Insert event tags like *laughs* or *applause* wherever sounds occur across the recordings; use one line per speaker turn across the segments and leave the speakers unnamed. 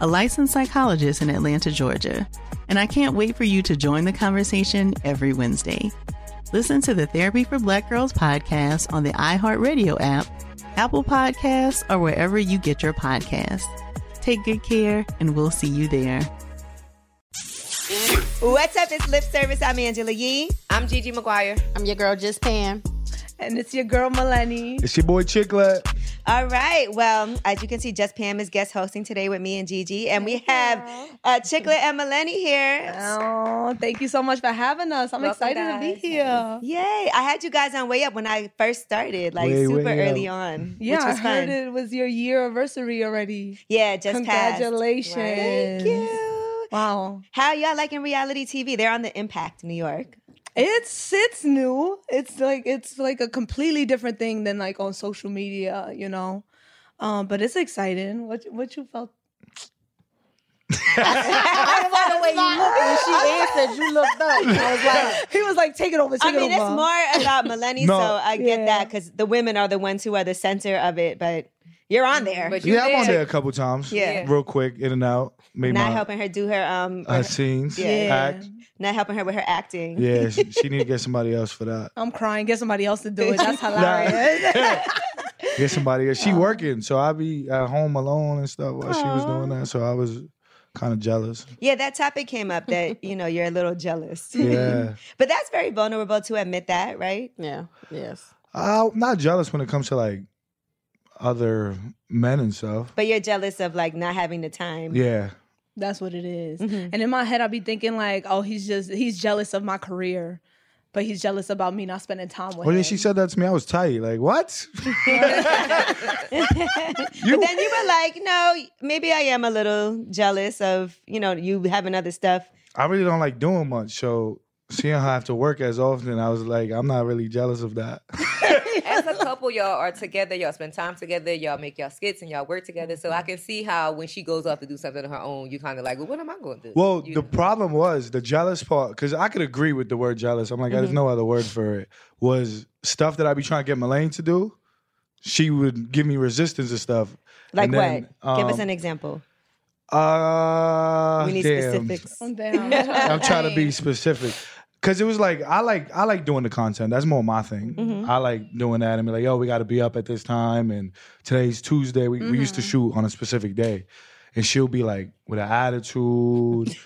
a licensed psychologist in Atlanta, Georgia, and I can't wait for you to join the conversation every Wednesday. Listen to the Therapy for Black Girls podcast on the iHeartRadio app, Apple Podcasts, or wherever you get your podcasts. Take good care, and we'll see you there.
What's up? It's Lip Service. I'm Angela Yee.
I'm Gigi McGuire.
I'm your girl, Just Pam.
And it's your girl, Melanie.
It's your boy, Chicklet.
All right. Well, as you can see, Just Pam is guest hosting today with me and Gigi, and we have uh, Chicklet and Melanie here.
Oh, thank you so much for having us. I'm
Welcome,
excited to be
guys.
here.
Yay! I had you guys on way up when I first started, like
Way,
super
way
early on,
Yeah,
which was
I heard
fun.
it was your year anniversary already.
Yeah, just passed.
Congratulations!
Thank you.
Wow,
How y'all liking reality TV? They're on the Impact New York.
it's it's new. It's like it's like a completely different thing than like on social media, you know. Um, but it's exciting. What what you
*laughs*
felt?
I love the way you looked when she answered. You looked up. I was like,
*laughs* He was like, "Take it over,
I
take it
mean, it's
over."
more about Melanie,
No.
so I get
Yeah.
that because the women are the ones who are the center of it. But you're on there,
Mm, But you
Yeah, I'm on
did.
there a couple times.
Yeah.
Real quick, in and out. Made
not
my
helping her do her um,
uh, scenes.
Yeah.
Act.
not helping her with her acting. *laughs*
Yeah, she, she need to get somebody else for that.
I'm crying. Get somebody else to do it.
*laughs*
That's hilarious.
Nah. get somebody else. She working, so I be at home alone and stuff while she was doing that. So I was kind of jealous.
Yeah, that topic came up that you know you're a little jealous.
Yeah.
*laughs* but that's very vulnerable to admit that, right?
yeah, yes.
I'm not jealous when it comes to like other men and stuff.
But you're jealous *laughs* of like not having the time.
Yeah.
That's what it is.
Mhm.
And in my head, I'd be thinking like, oh, he's just he's jealous of my career, but he's jealous about me not spending time with
Well,
him.
yeah, she said that to me. I was tight. Like, what? you,
But then you were like, no, maybe I am a little jealous of you know you having other stuff.
I really don't like doing much. So seeing her have to work as often, I was like, I'm not really jealous of that. *laughs*
As a couple, y'all are together. Y'all spend time together. Y'all make y'all skits and y'all work together. So
Mm-hmm.
I can see how when she goes off to do something on her own, you kind of like, well, what am I going to do?
Well,
You
the
know.
problem was the jealous part, because I could agree with the word jealous. I'm like,
Mm-hmm.
there's no other word for it. Was stuff that I be trying to get Melaine to do, she would give me resistance and stuff.
Like
And then,
what? Give us
um,
an example.
Uh,
We need
damn.
specifics.
I'm
*laughs*
down. I'm trying,
I'm trying to be specific. Cause it was like I like I like doing the content. That's more my thing.
Mm-hmm.
I like doing that and be like, yo, we gotta be up at this time and today's Tuesday. We, we used to
Mm-hmm.
shoot on a specific day. And she'll be like with an
*laughs*
attitude.
*laughs*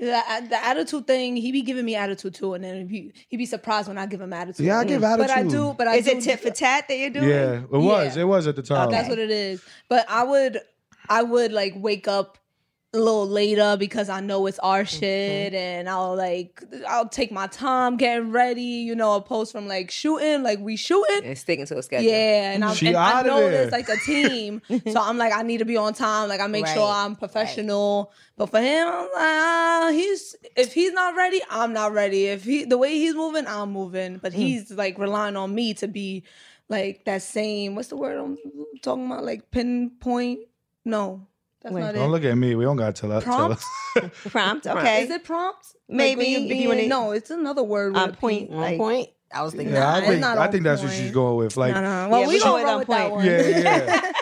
the, the attitude thing. He be giving me attitude too, and then he he be surprised when I give him attitude. Mm.
Yeah, I give
But I
attitude.
do. But I
Is it
do-
tit for tat that you're doing?
yeah, it was.
Yeah.
It was at the time.
That's what it is. But I would I would like wake up a little later because I know it's our
Mm-hmm.
shit and I'll like I'll take my time getting ready, you know, opposed from like shooting, like we shooting.
and sticking to a schedule.
Yeah, and, I'm,
She
and I
outta
know
there.
there's like a
*laughs*
team, so I'm like I need to be on time. Like I make sure
Right,
I'm professional. But for him, I'm like, ah, he's if he's not ready, I'm not ready. If he the way he's moving, I'm moving.
Hmm.
But he's like relying on me to be like that same. What's the word I'm talking about? Like pinpoint? No, that's
Wait.
not it.
Don't look at me. We don't got to tell us. tell
*laughs* Prompt?
us. *laughs*
Prompt. Okay.
Is it prompt?
Maybe,
when you're
if you wanna- Um,
no, it's another word. with
on
a P.
point.
On
like-
point. I was thinking.
Yeah, I
it's
think
not
I
on
think that's what she's
point.
going with. Like,
No, no, no.
Yeah,
Well,
we
we
show
gonna
it
roll
on
with that
point.
one.
yeah,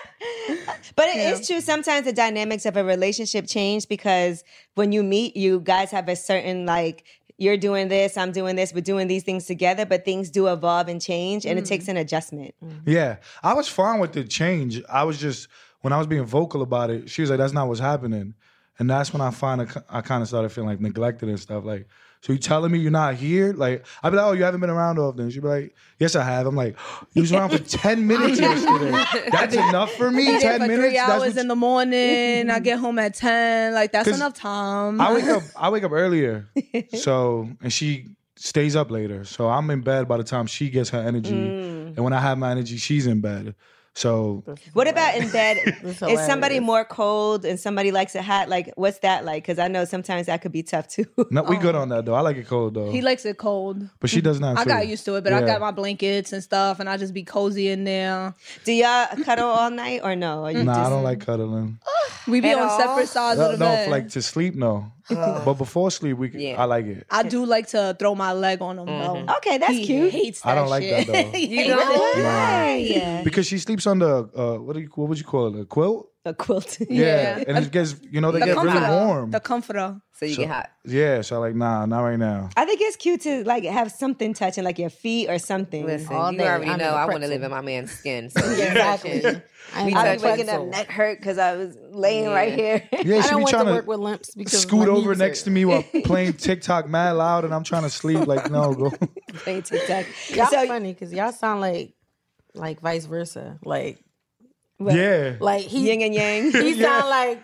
yeah.
*laughs* But it is true. Sometimes the dynamics of a relationship change because when you meet, you guys have a certain like you're doing this, I'm doing this, we're doing these things together. But things do evolve and change, and it
Mm.
takes an adjustment.
yeah. I was fine with the change. I was just when I was being vocal about it. She was like, "That's not what's happening," and that's when I find I, kind of started feeling like neglected and stuff. Like, so you telling me you're not here? Like, I'd be like, "Oh, you haven't been around often." She'd be like, "Yes, I have." I'm like, "You was
*laughs*
around for ten minutes yesterday. That's enough for me.
Been there
ten
for
minutes.
Three
That's what
hours in the morning. I get home at ten. Like that's
'Cause
enough time.
I
*laughs*
wake up. I wake up earlier. So and she stays up later. So I'm in bed by the time she gets her energy,
Mm.
and when I have my energy, she's in bed. So
What about in bed?
*laughs*
That's
is somebody
hilarious.
more cold and somebody likes it hot? Like, what's that like? Because I know sometimes that could be tough too.
no, we
Oh.
good on that though. I like it cold though,
he likes it cold.
but she does not.
I
too.
got used to it, but I
Yeah.
got my blankets and stuff, and I just be cozy in there.
do y'all cuddle all night or no? Or you
Nah,
just-
I don't like cuddling.
We be
At
on
all?
separate sides
No,
of the
no,
bed.
like to sleep, no. but before sleep, we c
Yeah.
I I like it.
I do like to throw my leg on him though.
Mm-hmm. Okay, that's
he
cute.
Hates that
I don't like that,
shit.
though.
*laughs* He
You
hates
don't?
it.
Why?
Because she sleeps under uh, what do you what would you call it a quilt?
A quilt.
Yeah.
*laughs*
and it gets you know they
The
get really
comforter.
warm.
The comforter.
So you
So-
get hot.
yeah, so like nah, not right now.
I think it's cute to like have something touching, like your feet or something.
Listen,
All
you
day
already
under
know
the
I want to
pretzel.
live in my man's
*laughs*
skin. So you
Exactly.
touching.
I ain't
We
like
I've
touch
been waking up
pretzel.
neck hurt because I was laying right here.
Yeah,
I
she be
don't want to
trying
work *laughs* with limps because
scoot
my
over
knees
next
hurt.
to me while playing TikTok mad loud, and I'm trying to sleep. Like, no, go.
Playing TikTok.
*laughs* Y'all
So-
funny because y'all sound like like vice versa. Like
What?
*laughs* yeah.
like he
Yin and yang.
*laughs* he sound like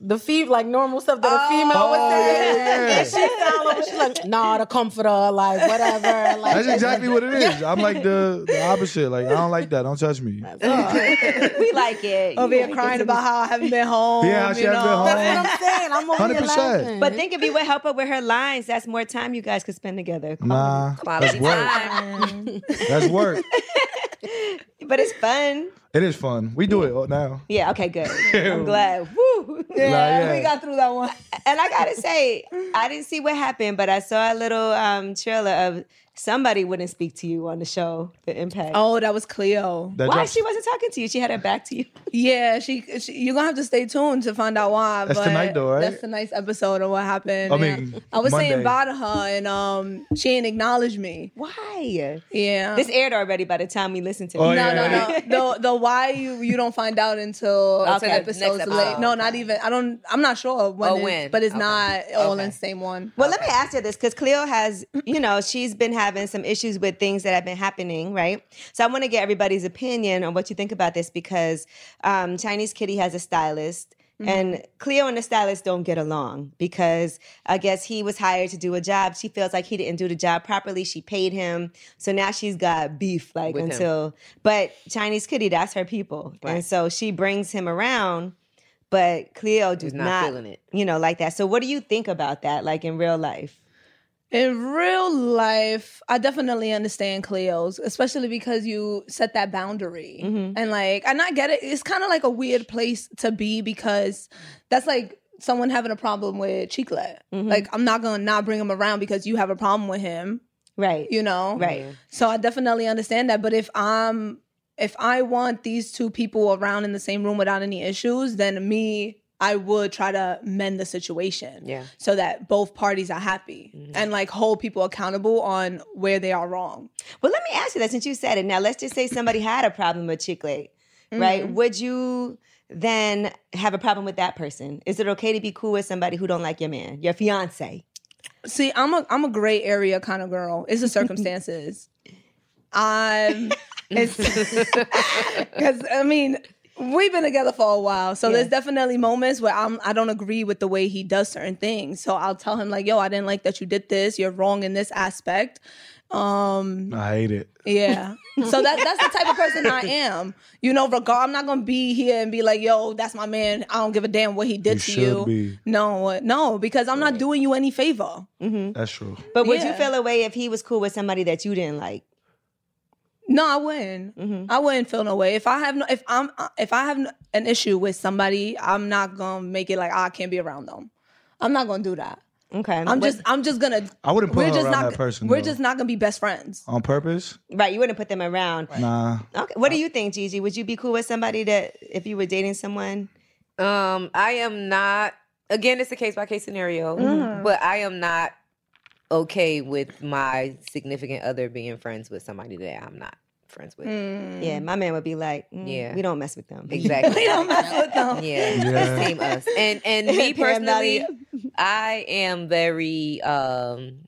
the fe like normal stuff that a female
Oh,
would say.
yeah, yeah.
*laughs* And she sound like she's like nah the comforter like whatever
*laughs*
*laughs* like
That's exactly what it is. I'm like the, the opposite. Like, I don't like that. Don't touch me.
we like it.
Over
You
here
like
crying
it.
about how I haven't
*laughs*
been home.
Yeah, she
you
hasn't been
know?
home.
That's what *laughs* I'm saying. I'm over here
100%.
laughing.
But think if you would help her with her lines, that's more time you guys could spend together.
Nah, that's
Quality
work.
time.
That's work.
*laughs* But it's fun.
It is fun. We do it now.
Yeah, okay, good. I'm glad. Woo.
Yeah, yeah.
We got through that one.
*laughs* And I gotta say, I didn't see what happened, but I saw a little um, trailer of somebody wouldn't speak to you on the show, the impact.
Oh, that was Cleo.
That
Why
drops-
she wasn't talking to you? She had her back to you.
Yeah, she, she you're gonna have to stay tuned to find out why.
That's
but
tonight though, right?
That's tonight's episode of what happened.
I
Yeah.
mean,
I was
Monday.
saying bye to her, and um, she ain't acknowledge me.
Why?
Yeah,
This aired already by the time we listened to
Oh,
it.
yeah.
no,
*laughs*
no, no. the the why you you don't find out until
Until
two
the
episodes
next
late.
episode.
No, not even. I don't. I'm not sure when.
Oh,
it is,
when?
But it's
Okay.
not all in
Okay.
the same one.
Well, let me ask you this because Cleo has, you know, she's been having some issues with things that have been happening, right? So I want to get everybody's opinion on what you think about this because um, Chinese Kitty has a stylist.
Mm-hmm.
And Cleo and the stylist don't get along because I guess he was hired to do a job. She feels like he didn't do the job properly. She paid him. So now she's got beef, like
With him.
until, but Chinese Kitty, that's her people. And
Right.
so she brings him around, but Cleo does
He's
not,
not feeling it.
you know, like that. So what do you think about that, like in real life?
In real life, I definitely understand Cleo's, especially because you set that boundary.
Mm-hmm.
And like, and I get it. It's kind of like a weird place to be because that's like someone having a problem with Chiclet.
Mm-hmm.
Like, I'm not going to not bring him around because you have a problem with him,
Right.
you know?
Right.
So I definitely understand that. But if I'm, if I want these two people around in the same room without any issues, then me, I would try to mend the situation
Yeah.
so that both parties are happy
Mm-hmm.
and like hold people accountable on where they are wrong.
Well, let me ask you that since you said it. Now, let's just say somebody had a problem with chicle, right?
Mm-hmm.
Would you then have a problem with that person? Is it okay to be cool with somebody who don't like your man, your fiance?
See, I'm a I'm a gray area kind of girl. It's the *laughs*
*laughs*
circumstances. I'm it's because I mean We've been together for a while, so
Yeah.
there's definitely moments where I'm I don't agree with the way he does certain things. So I'll tell him like, "Yo, I didn't like that you did this. You're wrong in this aspect." Um,
I hate it.
yeah. so that that's the type of
*laughs*
person I am. You know, regard I'm not gonna be here and be like, "Yo, that's my man. I don't give a damn what he did
You
to
should
you."
be.
No, no, because I'm not doing you any favor.
That's true.
But would you
Yeah.
feel away if he was cool with somebody that you didn't like? Mm-hmm.
No, I wouldn't. I wouldn't feel no way. If I have no, if I'm, if I have an issue with somebody, I'm not gonna make it like "Ah, I can't be around them. I'm not gonna do that.
Okay.
I'm
What-
just, I'm just gonna.
I wouldn't put
we're
her
just
around
not,
that person,
We're
though.
just not gonna be best friends.
On purpose?
right. You wouldn't put them around.
Um, Nah.
Okay. What do you think, Gigi? Would you be cool with somebody that if you were dating someone?
Um, I am not. Again, it's a case by case scenario,
Mm.
but I am not okay with my significant other being friends with somebody that I'm not friends with.
Mm.
Yeah, my man would be like, mm,
Yeah.
we don't mess with them. *laughs*
Exactly.
We don't mess with them.
*laughs*
Yeah,
Yeah.
same us. And and
*laughs*
me
Damn, Nadia.
personally, I am very um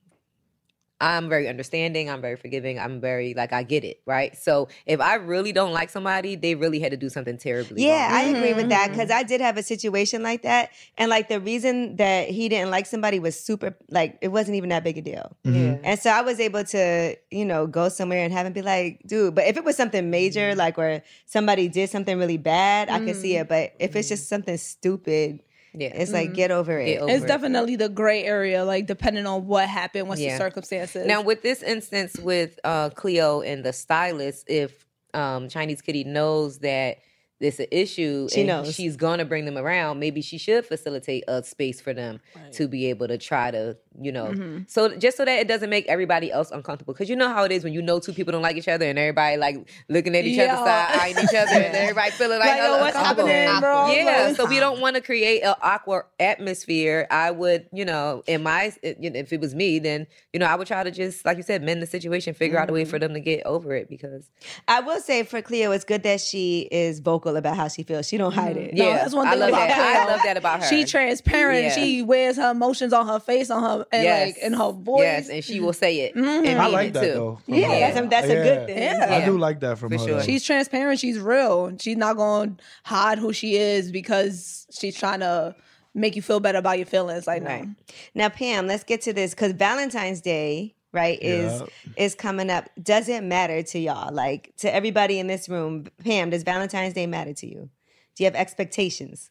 I'm very understanding, I'm very forgiving, I'm very like I get it, right? So if I really don't like somebody, they really had to do something terribly.
Yeah,
wrong.
I agree
Mm-hmm.
with that Mm-hmm, because I did have a situation like that, and like the reason that he didn't like somebody was super like it wasn't even that big a deal,
Mhm.
and *laughs* so I was able to you know go somewhere and have him be like, dude. But if it was something
Mm-hmm.
major, like where somebody did something really bad, I could see it. But if it's just something stupid,
Mm-hmm. yeah. Mm-hmm.
it's like get over it.
Get over
It's
it.
definitely the gray area, like depending on what happened, what's
Yeah.
the circumstances.
Now, with this instance with uh, Cleo and the stylist, if um, Chinese Kitty knows that it's an issue
She
and
knows.
she's gonna bring them around, maybe she should facilitate a space for them to be able to try to, you know,
Mm-hmm.
so just so that it doesn't make everybody else uncomfortable. Because you know how it is when you know two people don't like each other and everybody like looking at each other,
Yeah.
side eyeing each other, and everybody feeling like,
Like, yo,
"Oh,
what's
uncomfortable."
happening, bro?
Yeah,
Like-
so we don't want to create an awkward atmosphere. I would, you know, in my, if it was me, then you know, I would try to just, like you said, mend the situation, figure out a
Mm-hmm.
way for them to get over it because
I will say for Cleo, it's good that she is vocal about how she feels. She don't hide it.
No,
Mm-hmm. yeah,
that's one
I
thing
love
about
that. I
Cleo.
love that about her.
She transparent.
Yeah.
She wears her emotions on her face, on her and
Yes.
like in her voice. Mm-hmm.
Yes, and she will say it. And
I
mean
like
it
that
too.
though. from
Yeah,
her.
that's a, that's a good thing.
Yeah.
I
Yeah.
do like that from
For
her.
sure.
though.
She's transparent. She's real. She's not going to hide who she is because she's trying to make you feel better about your feelings. Like,
Right.
no.
Now, Pam, let's get to this because Valentine's Day, right, is
Yeah.
is coming up. Does it matter to y'all? Like to everybody in this room, Pam, does Valentine's Day matter to you? Do you have expectations?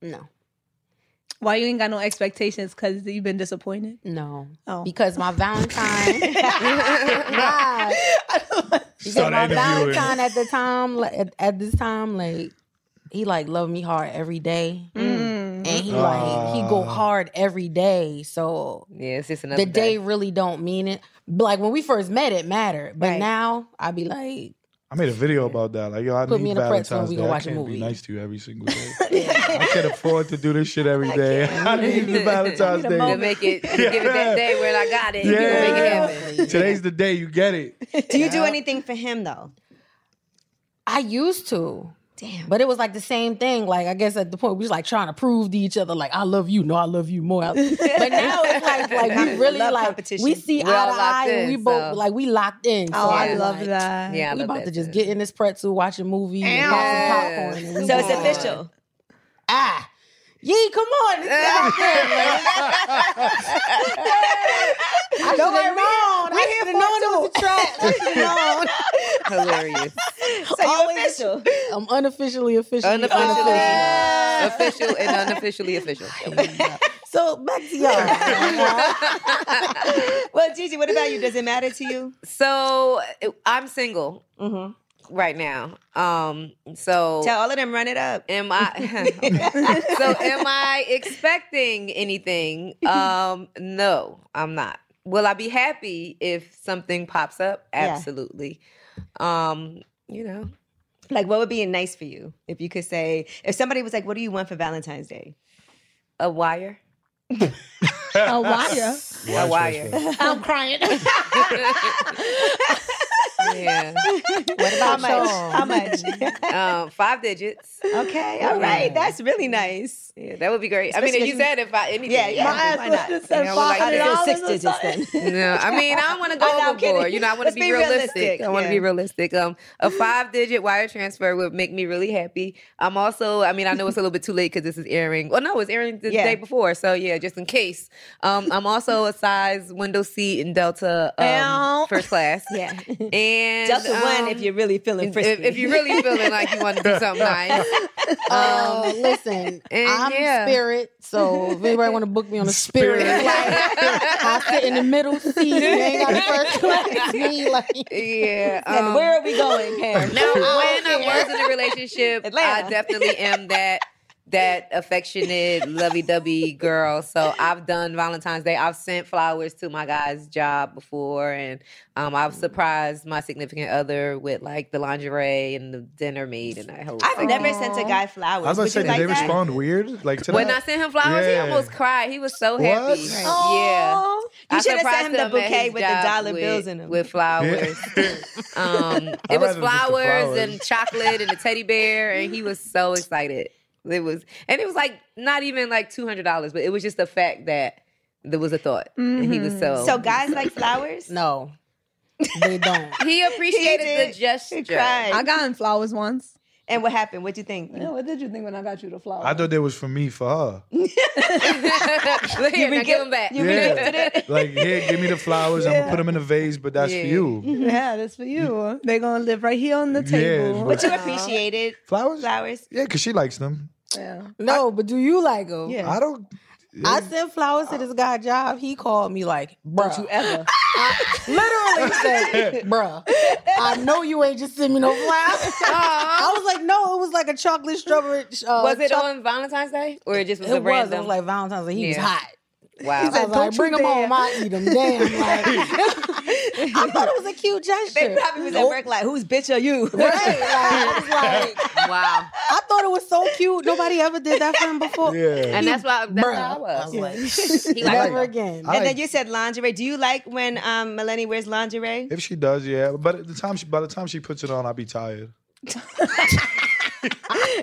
No,
Why you ain't got no expectations? Because you've been disappointed.
no.
Oh.
Because my Valentine.
*laughs*
Nah. Because
Start
my
interviewing.
Valentine at the time, like, at, at this time, like he like loved me hard every day, and he like he go
Ah.
hard every day. So
Yeah, it's just another
the day really don't mean it. Like when we first met, it mattered, but
Right.
now I be like,
I made a video about that. Like, yo, I
Put
need
me in a pretzel
Valentine's
and we
Day.
gonna watch
I
a
can't
movie.
be nice to you every single
*laughs*
day. I can't afford to do this shit every day. *laughs* I need the Valentine's
I need a
To
moment.
Day.
make it, to *laughs* give it that day where I got it. Yeah. Make it
*laughs* Yeah. *laughs*
happen.
Today's the day you get it.
Do you do anything for him though?
I used to.
Damn.
But it was like the same thing. Like I guess at the point we was like trying to prove to each other, like I love you. No, I love you
*laughs*
more. But now it's like like we really
Love
like
competition.
we see
We're
eye
all
to
locked
eye. and
in,
we both
so.
like we locked in.
Oh, I
Yeah.
love that.
Yeah, I
we
love
about
that
to just
too.
get in this pretzel, watch a movie, and pop
Yes.
some popcorn. and we
So it's
gone.
official.
Ah, yee, come on. It's out there, man.
*laughs*
*laughs* I should have known. I should have known it was a
*laughs*
trap. I should have known.
Hilarious.
So you're official.
I'm unofficially officially
Unofficially.
unofficial.
official and unofficially official.
*laughs* So back to y'all.
Well, Gigi, what about you? Does it matter to you?
So it- I'm single
Mm-hmm.
right now. Um, so
Tell all of them, run it up.
am I? *laughs* Okay. so am I expecting anything? Um, no, I'm not. Will I be happy if something pops up?
*laughs*
Absolutely. Um, you know,
Like, what would be nice for you if you could say, if somebody was like, "What do you want for Valentine's Day?"
a
*laughs*
wire.
A wire. *laughs*
A wire.
*laughs*
I'm crying.
Yeah.
What about
much?
How much?
Um, five digits.
Okay, all right. That's really nice.
Yeah, that would be great. I mean,
Especially
if you
when
said if I anything.
Yeah, yeah.
My ass
Why
was
not?
just
I
said
mean, I would
five
like
I
to
said
hundred dollars.
six
or
digits
something.
then.
No, I mean, I don't want to go
I'm not kidding.
overboard. You know, I want
Let's
to be,
be
realistic.
realistic,
I want to
yeah.
be realistic. Um, a five digit wire transfer would make me really happy. I'm also, I mean, I know it's a little bit too late because this is airing. Well, no, it's airing the
Yeah.
day before. So yeah, just in case. Um, I'm also a size window seat in Delta
Ow.
um, first class.
Yeah.
And
Delta
um,
one if you're really feeling
if,
frisky.
if if you're really feeling like you want to do something nice.
Um,
*laughs* Um,
listen,
and
I'm
yeah.
spirit, so if anybody want to book me on a spirit,
Spirit.
flight, I sit in the middle seat. You ain't got a
*laughs*
first
*laughs*
class seat, like,
yeah.
and
um,
where are we
*laughs*
going,
*laughs*
Pam?
Now, when I
care.
was in a relationship,
Atlanta.
I definitely am that that affectionate, lovey-dovey girl. So I've done Valentine's Day. I've sent flowers to my guy's job before, and um, I've surprised my significant other with like the lingerie and the dinner meat and that whole.
I've
thing.
never sent a guy flowers.
I was about to
Would
say,
you
did
like
they
that?
respond weird? Like to
When I
that?
sent him flowers, he
Yeah.
almost cried. He was so
What?
happy.
Right.
Yeah.
Oh, you
I
should have
surprised
sent him the
at
bouquet
his
with the
job
dollar
with-
bills in 'em.
*laughs*
With flowers.
Yeah.
Um,
I'd
it was
rather just the
flowers
flowers.
and chocolate and a teddy bear, and he was
*laughs*
so excited. It was, and it was like not even like two hundred dollars, but it was just the fact that there was a thought, and he was so.
So guys like flowers?
no, they don't.
he appreciated
He did.
the gesture.
He cried.
I got him flowers once.
and what happened? What'd you think?
Yeah, what did you think when I got you the flowers?
I thought that was for me, for her.
Look here, now *laughs* give him back.
*laughs*
like, here, give me the flowers. I'm going to put them in a vase, but that's for
Yeah.
you.
yeah, that's for you. They're gonna live right here on the
Yeah,
table.
but-
But you appreciated
Flowers?
flowers.
Yeah, because she likes them.
Yeah.
No, but do you like them?
Yeah.
I don't.
I sent flowers to this guy job. He called me like, "Bruh, you *laughs* ever?" literally said, *laughs* "Bruh, I know you ain't just send me no
*laughs*
flowers." *laughs* I was like, "No, it was like a chocolate strawberry." Uh,
Was it
choc-
on Valentine's Day or it just was
It
a
was. It
random?
was like Valentine's Day. He was
Yeah.
hot.
wow.
I was
"Don't
like,
you
"Bring him
dare."
home, I eat him." Damn, like, *laughs* I thought it was a cute gesture.
They probably was
Nope.
at work like, whose bitch are you?
Right, like, I was like,
*laughs* wow.
I thought it was so cute. Nobody ever did that for him before.
Yeah.
And that's why that's
Bruh.
how I was.
*laughs*
like,
*laughs* He liked
never again.
I
And
like-
then you said lingerie. Do you like when um, Melanie wears lingerie?
If she does, yeah. But at the time she, by the time she puts it on, I'll be tired.
*gasps*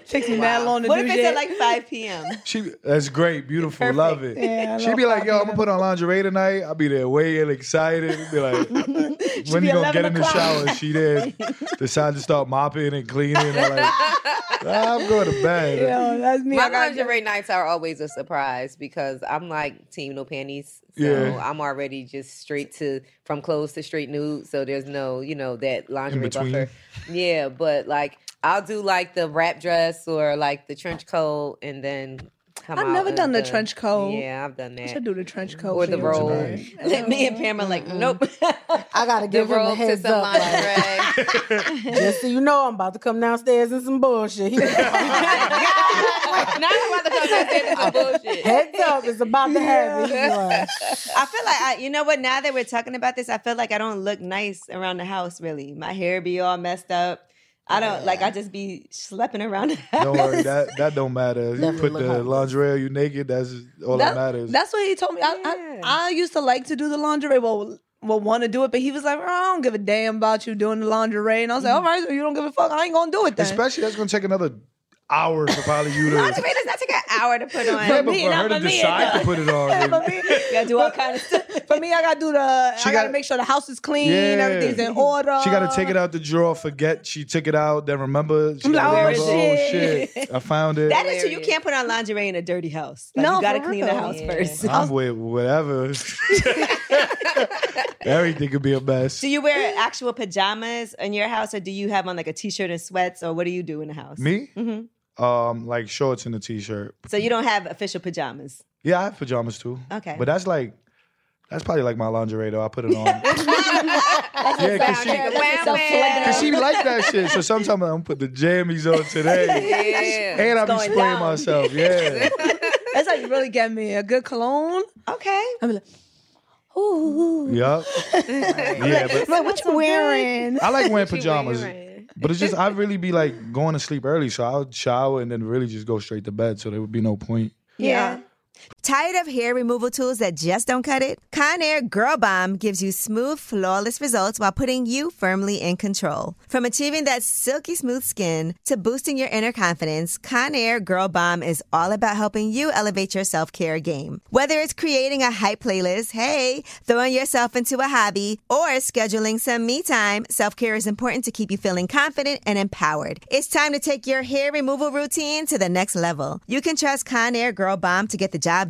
Takes me mad long to
What
do
if it's
shit.
at like 5
*laughs*
p.m.?
She that's great, beautiful, love it.
Yeah, I
She'd
love
be like, "Yo, I'm
Fabian.
gonna put on lingerie tonight." I'll be there, way in, excited. Be
*laughs*
like, "When
be
you gonna
11
get in the
o'clock.
shower?" She did. *laughs* Decide to start mopping and cleaning. I'm like, "Ah, I'm going to bed.
yeah, that's me.
My
I gotta get-
lingerie nights are always a surprise because I'm like team no panties. So
Yeah.
I'm already just straight to from clothes to straight nude. So there's no, you know, that lingerie
between.
buffer. Yeah, but like I'll do like the wrap dress or like the trench coat and then come
I've
out
never
in
done the trench coat.
Yeah, I've done
I
that.
should do the trench coat
Or
for
the
you
roll.
today.
Me
Mm-hmm.
and Pam are like, nope.
I gotta
The
give him a
robe to
heads
some
up. *laughs* like,
lingerie.
Just so you know, I'm about to come downstairs and some
*laughs*
bullshit. He *laughs* was like,
Now I'm about to come back and say some bullshit.
Heads up, it's about to happen. He
*laughs*
was
I feel like I, you know what? Now that we're talking about this, I feel like I don't look nice around the house. Really, my hair be all messed up. I don't like. I just be schlepping around. The house.
*laughs* Don't
*laughs*
worry, that that don't matter. You put the lingerie, you naked. That's all that,
That-
matters.
That's what he told me. I, I, I used to like to do the lingerie. Well, well, want to do it, but he was like, "Oh, I don't give a damn about you doing the lingerie. And I was
Mm.
like, all right, so you don't give a fuck. I ain't going to do it then.
Especially that's gonna take another hour for probably you to.
Lingerie does not take an hour to put on.
Yeah, but
me,
for
not
her to
for me,
decide
no.
to put it on.
Yeah,
then-
*laughs* for me,
You gotta do all
*laughs*
kind of stuff.
for me, I gotta do the.
She
I gotta
gotta-
make sure the house is clean,
Yeah.
everything's in order.
She got to take it out the drawer. Forget she took it out. Then remember. She
I'm
gotta
like,
remember,
oh, shit."
I found it.
That is true. You can't put on lingerie in a dirty house. Like,
No,
you gotta
for
clean the
real.
house
Yeah.
first.
I'm
*laughs*
with whatever. Everything could be a mess.
Do you wear actual pajamas in your house, or do you have on like a t-shirt and sweats, or what do you do in the house? Mm-hmm.
Me? Mm. Um, like shorts and a t-shirt.
mm. So you don't have official
*laughs*
pajamas. *laughs*
Yeah, I have pajamas too.
Okay.
But that's like, that's probably like my lingerie though. I put
*laughs*
it on. yeah, cause she,
Wow,
so
man.
cause she like that shit. So sometimes I'm gonna put the jammies on
*laughs*
today,
Yeah.
and I be
Going
spraying
down. *laughs*
myself. Yeah.
That's how you really get me a good cologne.
Okay.
*laughs* Ooh,
Yup. yeah, but
like what you wearing?
I
*laughs*
like wearing pajamas. But it's just I really be like going to sleep early, so I would shower and then really just go straight to bed. So there would be no point.
Yeah.
Tired of hair removal tools that just don't cut it? Conair Girl Bomb gives you smooth, flawless results while putting you firmly in control. From achieving that silky smooth skin to boosting your inner confidence, Conair Girl Bomb is all about helping you elevate your self care game. Whether it's creating a hype playlist, hey, throwing yourself into a hobby, or scheduling some me time, self care is important to keep you feeling confident and empowered. It's time to take your hair removal routine to the next level. You can trust Conair Girl Bomb to get the job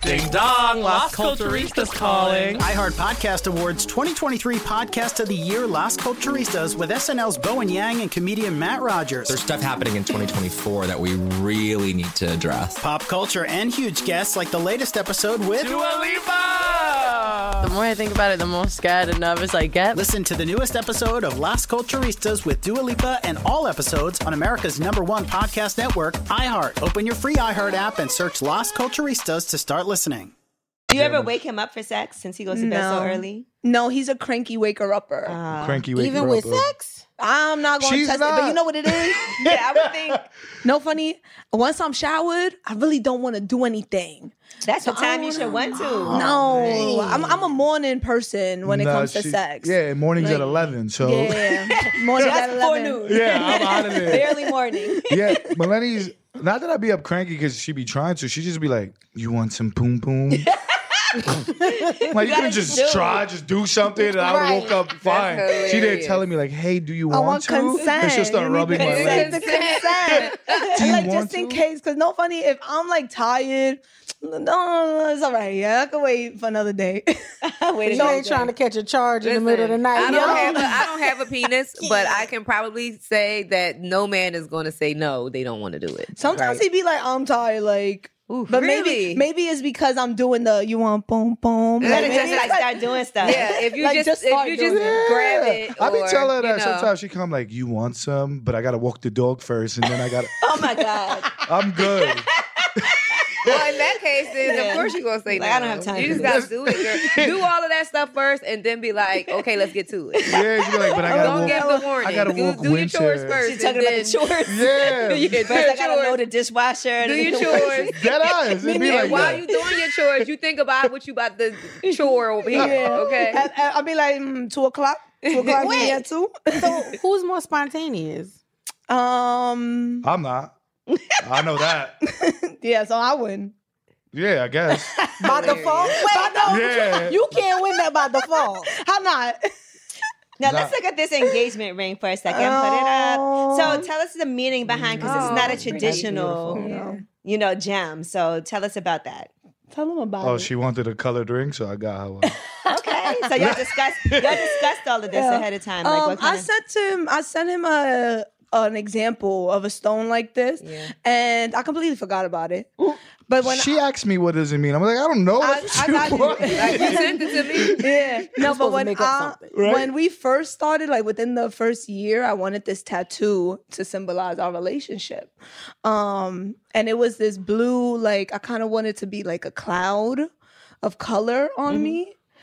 Ding dong, Las Culturistas calling.
iHeart Podcast Awards 2023 Podcast of the Year Las Culturistas with SNL's Bowen Yang and comedian Matt Rogers.
There's stuff happening in 2024 that we really need to address.
Pop culture and huge guests like the latest episode with
Dua Lipa.
The more I think about it, the more scared and nervous I get.
Listen to the newest episode of Las Culturistas with Dua Lipa and all episodes on America's number one podcast network, iHeart. Open your free iHeart app and search Las Culturistas to start listening.
Do you ever wake him up for sex since he goes to bed so
No.
early?
No, he's a cranky waker upper.
Cranky waking
Even
her
with
up, uh,
sex?
I'm not going to
She's
test it, but
not.
you know what
*laughs*
it is?
Yeah, I would think
no funny. Once I'm showered, I really don't want to do anything.
that's the
So I
time you
don't
should want to.
no, I'm, I'm a morning person when it
nah,
comes to
she-
sex.
Yeah, morning's
Like-
at 11, so.
Yeah,
*laughs*
morning at
That's before
11.
noon.
Yeah, I'm
*laughs*
out of there.
Early morning.
*laughs* yeah, Melanie's not that I be up cranky because she be trying to. She just be like, "You want some poom poom?"
*laughs*
*laughs* like you could just try, just do something, and I would woke up fine. She didn't
hilarious.
telling me like, "Hey, do you
I
want,
want
to?" And she'll
consent.
start
You need
rubbing my leg.
consent. The consent.
*laughs*
Do you
like
want
just in
to?
case, because no funny. If I'm like tired, no, no, it's all right. Yeah, I can wait for another
*laughs*
day.
You ain't trying to catch a charge in the middle of the
Listen,
night.
I don't
yo.
have a, I don't
*laughs*
have a penis, but I can probably say that no man is going to say no. They don't want to do it.
Sometimes
Right.
he be like, I'm tired, like.
Ooh,
But
really?
maybe maybe it's because I'm doing the you want boom boom.
Let
Like,
it
maybe
Just
it's
like start doing stuff.
yeah, if you
Like,
just,
just
if
start
you
doing
just
it.
grab it,
I be
or,
telling her
you
that
know.
sometimes she come like, "You want some?" But I gotta walk the dog first, and then I got.
*laughs*
Oh my God.
I'm good.
Well, in that case, then of course you're gonna say
Like,
no.
I don't have time
You
for
just gotta do it. Girl. Do all of that stuff first, and then be like, okay, let's get to
*laughs*
it.
Yeah, she be like, "But I gotta
Don't
walk."
give the warning.
I gotta
do,
walk
*laughs* do your
winter.
chores first.
She's talking
and
about the
then-
chores.
*laughs*
yeah,
Yeah, do
First,
your
I gotta know
chores.
the dishwasher.
Do your chores.
*laughs* that eyes. It be
and
like
while
that.
you doing your chores, you think about what you about
*laughs*
the chore over here. Okay.
I, I- I'll be like mm, two o'clock.
*laughs*
Two o'clock. Wait, yeah, two.
*laughs* So who's more spontaneous?
Um.
I'm not. I know that.
*laughs* Yeah. So I win.
Yeah, I guess.
By default? Wait, no.
Yeah.
*laughs*
You can't win that by default.
How not?
Now
Nah.
let's look at this engagement ring for a second. Put it
Oh.
up. So tell us the meaning behind because it's not a traditional, you know, gem. So tell us about
*laughs*
that.
Tell them about
Oh, she wanted a colored ring, so I got her one.
Okay, so y'all discussed y'all discussed all of this
Yeah.
ahead of time. Like,
Um,
what
I
kind of-
sent him. I sent him a an example of a stone like this, and I completely forgot about it. But when
she asked me what does it mean, I'm like, I don't know.
I, *laughs*
what
I
you
got you.
want.
you sent
*laughs*
it to me. Yeah. No, but when I,
Right?
when we first started, like within the first year, I wanted this tattoo to symbolize our relationship. Um, and it was this blue, like I kind of wanted to be like a cloud of color on me.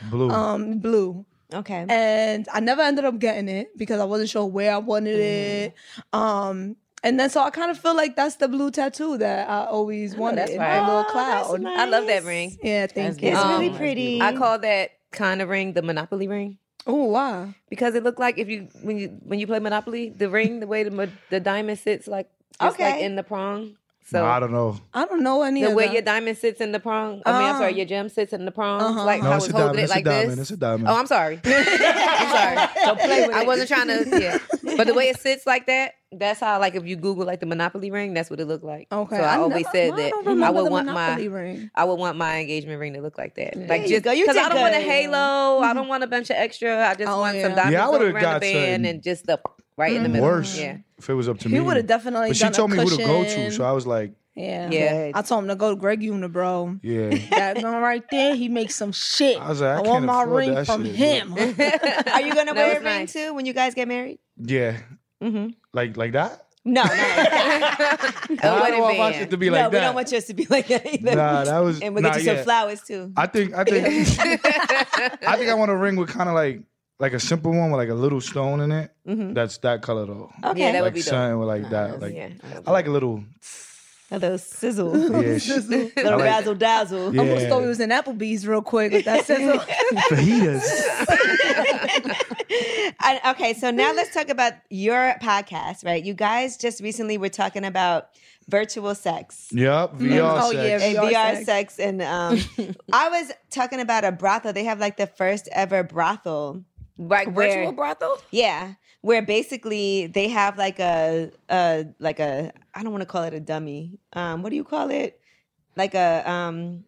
Blue.
Um, blue.
Okay.
And I never ended up getting it because I wasn't sure where I wanted it.
Mm-hmm.
Um and then so I kind of feel like that's the blue tattoo that I always wanted.
that's
my
right.
little
Oh,
cloud.
I love that ring.
Yeah, thank
That's
you.
beautiful. Um, I call that kind of ring the Monopoly ring.
Oh, why?
Because it looked like if you when you when you play Monopoly, the ring, the way the mo- the diamond sits, like just like
Okay.
in the prong.
No, I don't know.
I don't know any
The
of
way
that.
your diamond sits in the prong. I mean, I'm sorry, your gem sits in the prong.
Uh-huh.
Like
No,
how
it's
it's
a diamond.
holding it
It's a
like
diamond.
this.
It's a diamond.
Oh, I'm sorry. *laughs* I'm sorry. Don't play with I wasn't trying to. Yeah, but the way it sits like that, that's how. Like if you Google like the Monopoly ring, that's what it looked like.
Okay.
So I,
I
always
never-
said
why I
that
don't
I
remember
would
the
want
Monopoly
my
ring?
I would want my engagement ring to look like that. Like
you
just
go. You
because I
did
don't want a
good.
halo. I don't want a bunch of extra. I just want some
Yeah, I
diamonds
would've
going around
got
the band
some
and just the right in the middle.
Worse.
Yeah.
If it was up to
He
me.
would've definitely
But she
done a
told me who to go to,
cushion.
so I was like,
Yeah.
Yeah.
I told him to go to Greg Una, bro.
yeah.
that gun right there, he makes some shit.
I was like, I
want
can't
my
afford
ring
that
from
shit,
him.
*laughs* Are you
*laughs*
gonna
That
wear a
was
ring
nice.
too when you guys get married?
Yeah.
Mhm.
Like like that?
No, no.
I don't want my shit to be like
no, we
that.
don't want yours to be *laughs* like that either.
Nah, that was-
and we'll get
nah,
you some
yeah.
flowers too.
I think I
*laughs*
think I think I want a ring with kind of like like a simple one with like a little stone in it.
Mhm. *laughs*
That's that color though.
Okay. Yeah, that
like
would be dope.
something with like that. Like I like a
*laughs*
little.
A
*laughs*
little sizzle.
Yeah, sh-
*laughs*
Sizzle.
I like-
dazzle dazzle.
Yeah.
Almost thought we was in Applebee's real quick with *laughs*
*laughs*
that sizzle.
fajitas.
I, okay, so now let's talk about your podcast, right? You guys just recently were talking about virtual sex.
Yep,
Mm-hmm.
Mm-hmm.
VR
Oh,
Oh,
sex.
And VR sex. And um,
*laughs*
I was talking about a brothel. They have like the first ever brothel.
Like virtual brothel?
Yeah. Where basically they have like a, a like a I don't want to call it a dummy. Um, what do you call it? Like a um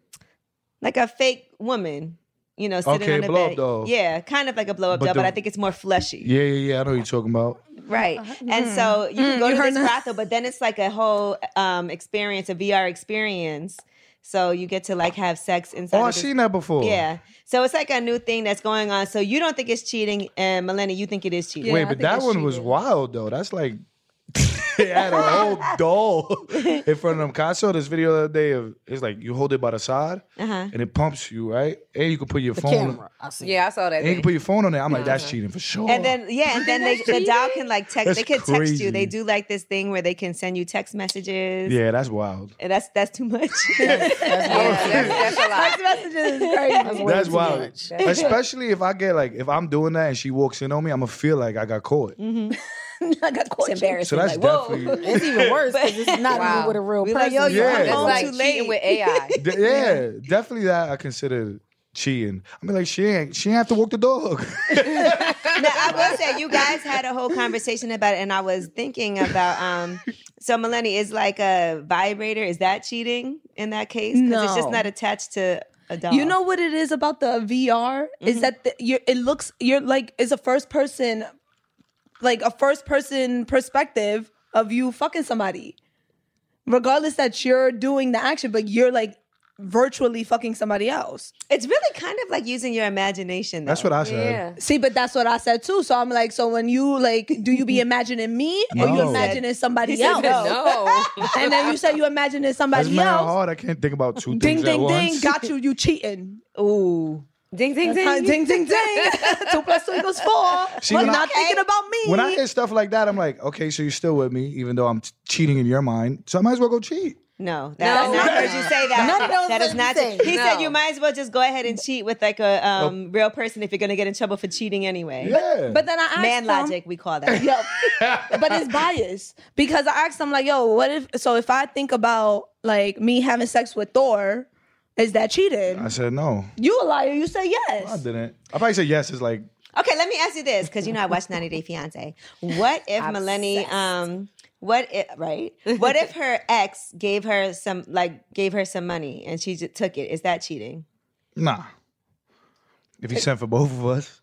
like a fake woman, you know, sitting
Okay,
on a
blow-up
bed.
doll.
Yeah, kind of like a blow up
But
doll,
the-
but I think it's more fleshy.
Yeah, yeah, yeah. I know what you're talking about.
Right. And
Mm.
so you can
Mm,
go
you
to
heard
this
that?
brothel, but then it's like a whole um, experience, a VR experience. So you get to like have sex inside.
Oh,
of
I've
this-
seen that before.
Yeah. So it's like a new thing that's going on. So you don't think it's cheating, and Melanie, you think it is cheating.
Wait, but that one was wild though. That's like *laughs* they had a
*laughs*
whole doll in front of them. 'Cause I saw this video the other day of it's like you hold it by the side
Uh-huh.
and it pumps you right, and you can put your phone.
I see. Yeah, I saw that.
And you
thing.
can put your phone on it. I'm like, that's cheating for sure.
And then yeah, and then they, the doll can like text.
That's
They can text
crazy.
you. They do like this thing where they can send you text messages.
yeah, that's wild.
And that's that's too much.
That's
*laughs*
a lot.
messages is crazy.
That's wild.
*laughs*
Especially if I get like if I'm doing that and she walks in on me, I'm gonna feel like I got caught.
Mm-hmm.
I got caught.
It's
So
embarrassing.
that's
*laughs*
definitely
it's even worse because
*laughs*
it's not even with a real
We
person.
like, yo, you
Yeah.
come
It's
home
like
too
cheating
late.
with AI.
De- yeah, definitely that I consider cheating. I mean, like she ain't she ain't have to walk the dog.
No, I will say you guys had a whole conversation about it, and I was thinking about um. So Melanie is like a vibrator. Is that cheating in that case? Because it's just
No.
not attached to a doll.
You know what it is about the VR is
Mm-hmm.
that the, you're, it looks you're like it's a first person, like a first person perspective of you fucking somebody, regardless that you're doing the action, but you're like virtually fucking somebody else.
it's really kind of like using your imagination. Though.
That's what I said.
See, but that's what I said too. So I'm like, so when you like, do
*laughs*
you be imagining me or you
No.
imagining somebody
He said
else?
no.
*laughs* and then you said you
*laughs*
imagining
That's
somebody
mad
else.
hard. I can't think about two
Ding
things at
ding ding,
once.
got you. You cheating.
Ooh.
Ding ding
That's how-
ding.
ding ding ding. *laughs* two plus two equals four.
*laughs* See,
but
when I-
not thinking about me.
When I
*laughs*
hear stuff like that, I'm like, okay, so you're still with me, even though I'm t- cheating in your mind. So I might as well go cheat.
No, that,
No.
I heard you say that.
None of those
that is
things
not.
you say.
He said
No.
you might as well just go ahead and cheat with like a um, real person if you're going to get in trouble for cheating anyway.
Yeah.
but then I asked
Man
them-
logic, we call that.
Yo, but it's biased because I asked them like, "Yo, what if?" So if I think about like me having sex with Thor, is that cheating?
I said no.
You a liar? You say
I
yes.
didn't. I probably said yes. Is like
Okay, let me ask you this because you know I watched 90 Day Fiance. What if Melanie? Um, what if right? What if her ex gave her some like gave her some money and she just took it? Is that cheating?
Nah. If he sent for both of us,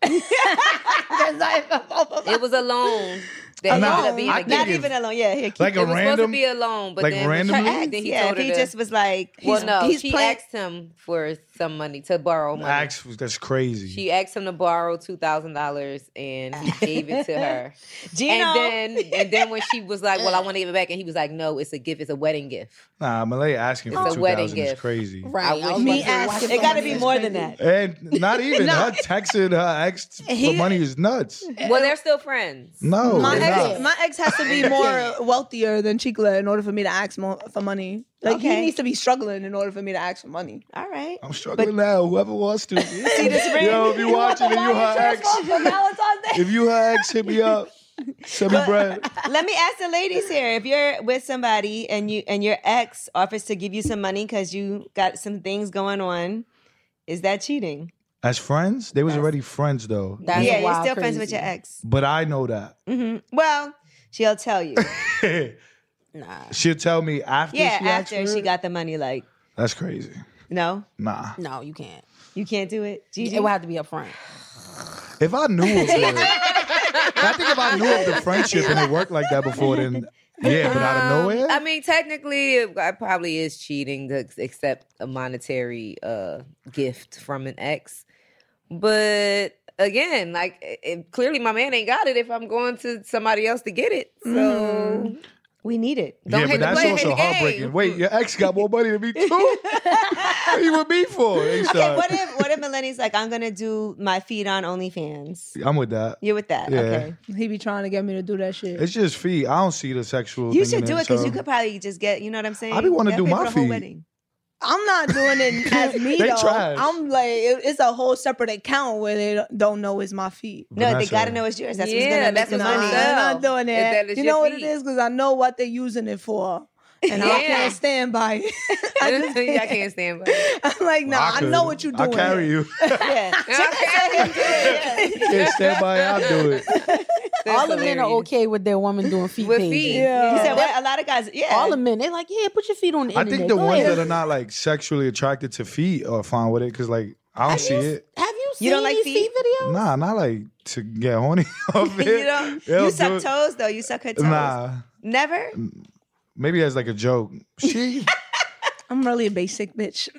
it was a loan. That
Nah,
ended up being
I
a
think
gift.
if- Even
alone, yeah. Here,
like
it
a
was supposed
random-
to be a loan, but
like
then
randomly?
her ex- then he
yeah,
told
if he
her to-
just was like,
well,
he's-
no,
he's
she
playing-
asked him for some money to borrow money.
Axe was that's crazy.
She asked him to borrow two thousand dollars, and he gave it to her.
Gino.
And then, and then when she was like, "Well, I want to give it back," and he was like, "No, it's a gift. It's a wedding gift.
Nah, Malay asking
It's
for
a
two
wedding
thousand is
gift.
crazy.
Right. I wish
me
I could watch
asking.
it.
It got to be more than that.
And not even
Nah.
her texting her ex for
He-
money is nuts.
Well, they're still friends.
No,
my
they're not.
ex, my ex has to be *laughs* more wealthier than Chicla in order for me to ask more for money. Like
Okay.
he needs to be struggling in order for me to ask for money.
All right.
I'm struggling now. Whoever wants to. See
this ring?
Yo, if you
You want
watching
the
and you her
lion
ex, if you her ex, hit me up. Send me bread.
Let me ask the ladies here. If you're with somebody and you and your ex offers to give you some money because you got some things going on, is that cheating?
As friends, they was already friends though.
yeah, you're still friends with your ex.
But I know that.
hmm Well, she'll tell you.
nah. She'll tell me after.
yeah,
she asked
after
for
she
it? Ah.
got the money, like
That's crazy.
no,
Nah.
No, you can't.
you can't do it.
*laughs*
Gigi,
It would have to be upfront.
If I knew of the, I think if I knew of the friendship and it worked like that before, then yeah. But out of
Um,
nowhere,
I mean, technically, it it probably is cheating to ex- accept a monetary uh, gift from an ex. But again, like it, it- clearly, my man ain't got it if I'm going to somebody else to get it. So
Mm-hmm.
Mm.
we need it.
yeah.
hate
But
to
that's
play, hate
also
the game.
heartbreaking. Wait, your ex got more money than me too. what are you with me for? Hey,
*laughs* Okay,
son.
what if what if Melanie's like, I'm gonna do my feed on OnlyFans?
I'm with that.
You're with that,
Yeah.
okay?
He be trying to get me to do that shit.
It's just feet. I don't see the sexual.
You
thing in
should do it because
so-
you could probably just get. You know what I'm saying?
I be wanna
They'll
do
pay for
my
the whole
feed.
wedding.
I'm not
*laughs*
doing it as me
They
though.
trash.
I'm like it- it's a whole separate account where they don't- don't know it's my feet.
No, they
Vanessa.
gotta know it's yours. That's what's
Yeah,
gonna make
that's
the
what's
money.
gonna sell.
I'm not doing
Is
that.
that it's
you
your
know what
feet?
it is because I know what they're using it for, and I
Yeah.
can't stand by it. *laughs* I
*laughs*
just
I can't stand by it.
*laughs* I'm like, nah,
I
I,
could.
know what you're
I
doing. *laughs*
carry you.
Yeah.
*laughs* yeah, stand by. I'll do it.
All the men are
hilarious.
okay with their woman doing feet
With
pages.
feet.
He
Yeah.
said, "What? A lot of guys, yeah,
All the men, they're like, yeah, put your feet on the
I
internet.
think the
Go
ones
ahead.
that are not like sexually attracted to feet are fine with it because like I don't see it.
Have you seen
You don't like
these feet,
*laughs*
videos?
Nah, not like to get horny *laughs* off it.
*laughs* you don't.
They'll
you
do
suck
it.
toes though. You suck her toes.
Nah,
Never.
maybe that's like a joke.
*laughs*
She,
I'm really a basic bitch.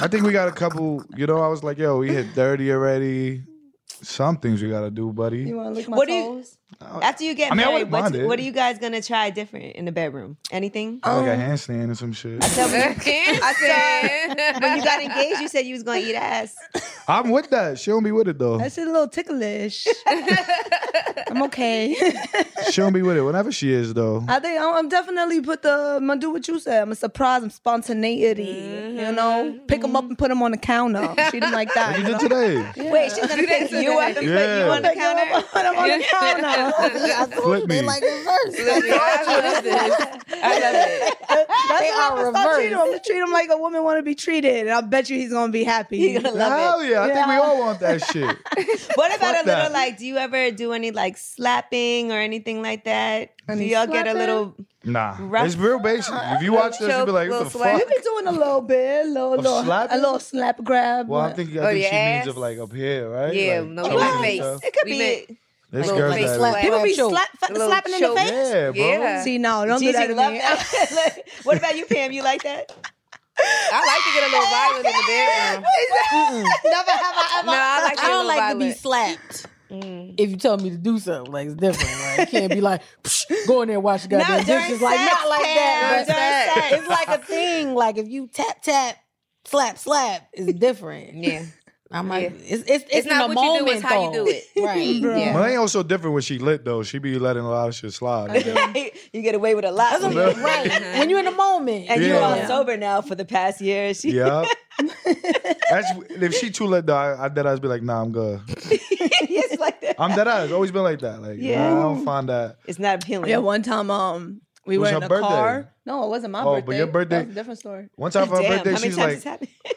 I think we got a couple. You know, I was like, yo, we hit thirty already. Some things we gotta do, buddy.
You want to lick my
What do you-
toes?
After you get
I mean, I
married,
wouldn't
what's,
mind it.
what are you guys gonna try different in the bedroom? Anything?
like
Um,
a handstand or some shit.
*laughs*
*laughs*
I said,
when you got engaged, you said you was gonna eat ass.
*laughs* I'm with that. She don't be with it
*laughs*
though.
That's a little ticklish. *laughs* I'm okay. *laughs*
She don't be with it. Whenever she is though.
I think I'm, I'm definitely put the. I'm gonna do what you said. I'm gonna surprise him, spontaneity. You know, pick him up and put him on the counter. Treat him like
What
that. you
you did
know?
today?
Wait, she's gonna pick you up and put you on the
Pick him up
counter.
and put him on the counter.
I told
Flip
you they
me.
like reverse.
I love this. I love it.
That's
They
how
are
I'm gonna start treating him. I'm
reversed.
gonna treat him like a woman want to be treated, and I bet you he's gonna be happy.
Hell yeah! I think we all want that shit.
What about
Fuck
a little
that.
like? Do you ever do any like slapping or anything like that? *laughs* do y'all get a little?
Nah,
Rough-
it's real basic. If
*laughs*
you watch this, you'll be like, what the
Little slap.
fuck?
We've been doing a little bit, a little,
Of
little a
slapping?
little slap grab.
Well, I think, I
Oh,
think
your
she
ass?
means of like up here, right?
Yeah,
Like,
no,
toes
my
and
face.
stuff.
It could
We
be.
meant-
This
Little
girl
face
got
slap.
it.
People be
slap,
Little
slapping in the
choke.
face.
Yeah, bro.
Yeah.
See, no, don't do
Gigi
that to
love
me.
*laughs* that. what about you, Pam? You like that?
I like to get a little violent in the bedroom.
*laughs*
Never have I
*laughs* No, I like to
I
get a
don't
little
like to be
violent.
slapped.
Mm.
If you tell me to do something, like it's different. Like it can't be like *laughs* Psh, go in there and wash the goddamn
during
dishes. Like
sex,
not like that.
Pam, during
but
sex.
It's like a thing. Like if you tap tap, slap slap, it's different. *laughs*
Yeah.
I might.
Yeah.
It's, it's it's
It's
in
not
a
what you do,
moment.
it's how you do
though.
it.
Right.
Yeah.
Malay also different when she lit though. She be letting a lot of shit slide.
*laughs*
*laughs*
*laughs*
you get away with a lot.
That's what I'm- right. When you're in the
*laughs*
moment.
and you're
Yeah.
all sober now for the past year. She, *laughs*
yep. That's if she too lit though. I, I dead eyes be like, nah, I'm
*laughs*
good. *laughs*
it's like that.
I'm dead eyes. Always been like that. Like,
Yeah.
nah, I don't find that.
It's not appealing.
Yeah, one time um we We
It
were
was
in
her
the
birthday.
car. No, it wasn't my
Oh,
birthday.
but your
That
birthday.
was a different story.
One time for her birthday, she's like,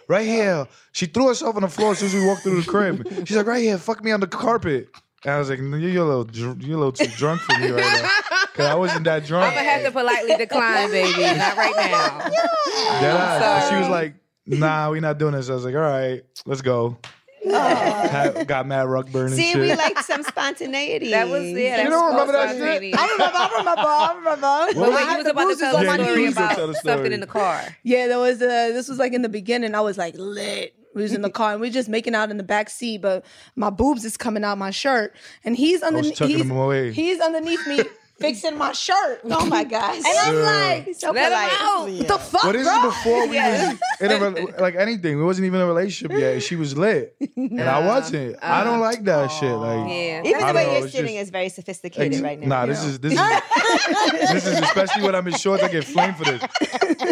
right here. She threw herself on the floor as soon as we walked through the crib. She's like, right here, fuck me on the carpet. And I was like, "No, you're a little, dr- you're a little too drunk for me right now. Cause I wasn't that
I'm
drunk.
gonna have to politely decline,
*laughs*
baby. Not right now.
*laughs*
Dead ass. And She was like, nah, we not doing this. I was like, all right, let's go.
Oh.
Had- got mad rug burning.
See,
shit.
we like some spontaneity.
That was yeah.
You don't remember that shit?
I remember. I
*laughs*
remember. I remember.
But wait, you was about to tell
on
the
my
story
knees.
about
Tell the
something
story.
in the car.
Yeah, there was a. This was like in the beginning. I was like lit. We was in
*laughs*
the car and we just making out in the back seat, but my boobs is coming out my shirt, and he's underneath.
tucking
he's,
them away.
he's
*laughs*
underneath me fixing my shirt. Oh my gosh! And I'm
Yeah.
like, so
Let him
polite.
out.
What the fuck,
But this
bro?
is before we
*laughs*
was in a, re- like anything. We wasn't even in a relationship yet. She was lit, and I wasn't. I don't like that shit. Like,
Uh-huh. Yeah.
I
Even the
don't
way
know,
you're
it's
sitting
just-
is very sophisticated
Ex-
right now.
Nah, this is this is *laughs* this is especially when I'm in shorts. I get flamed for this.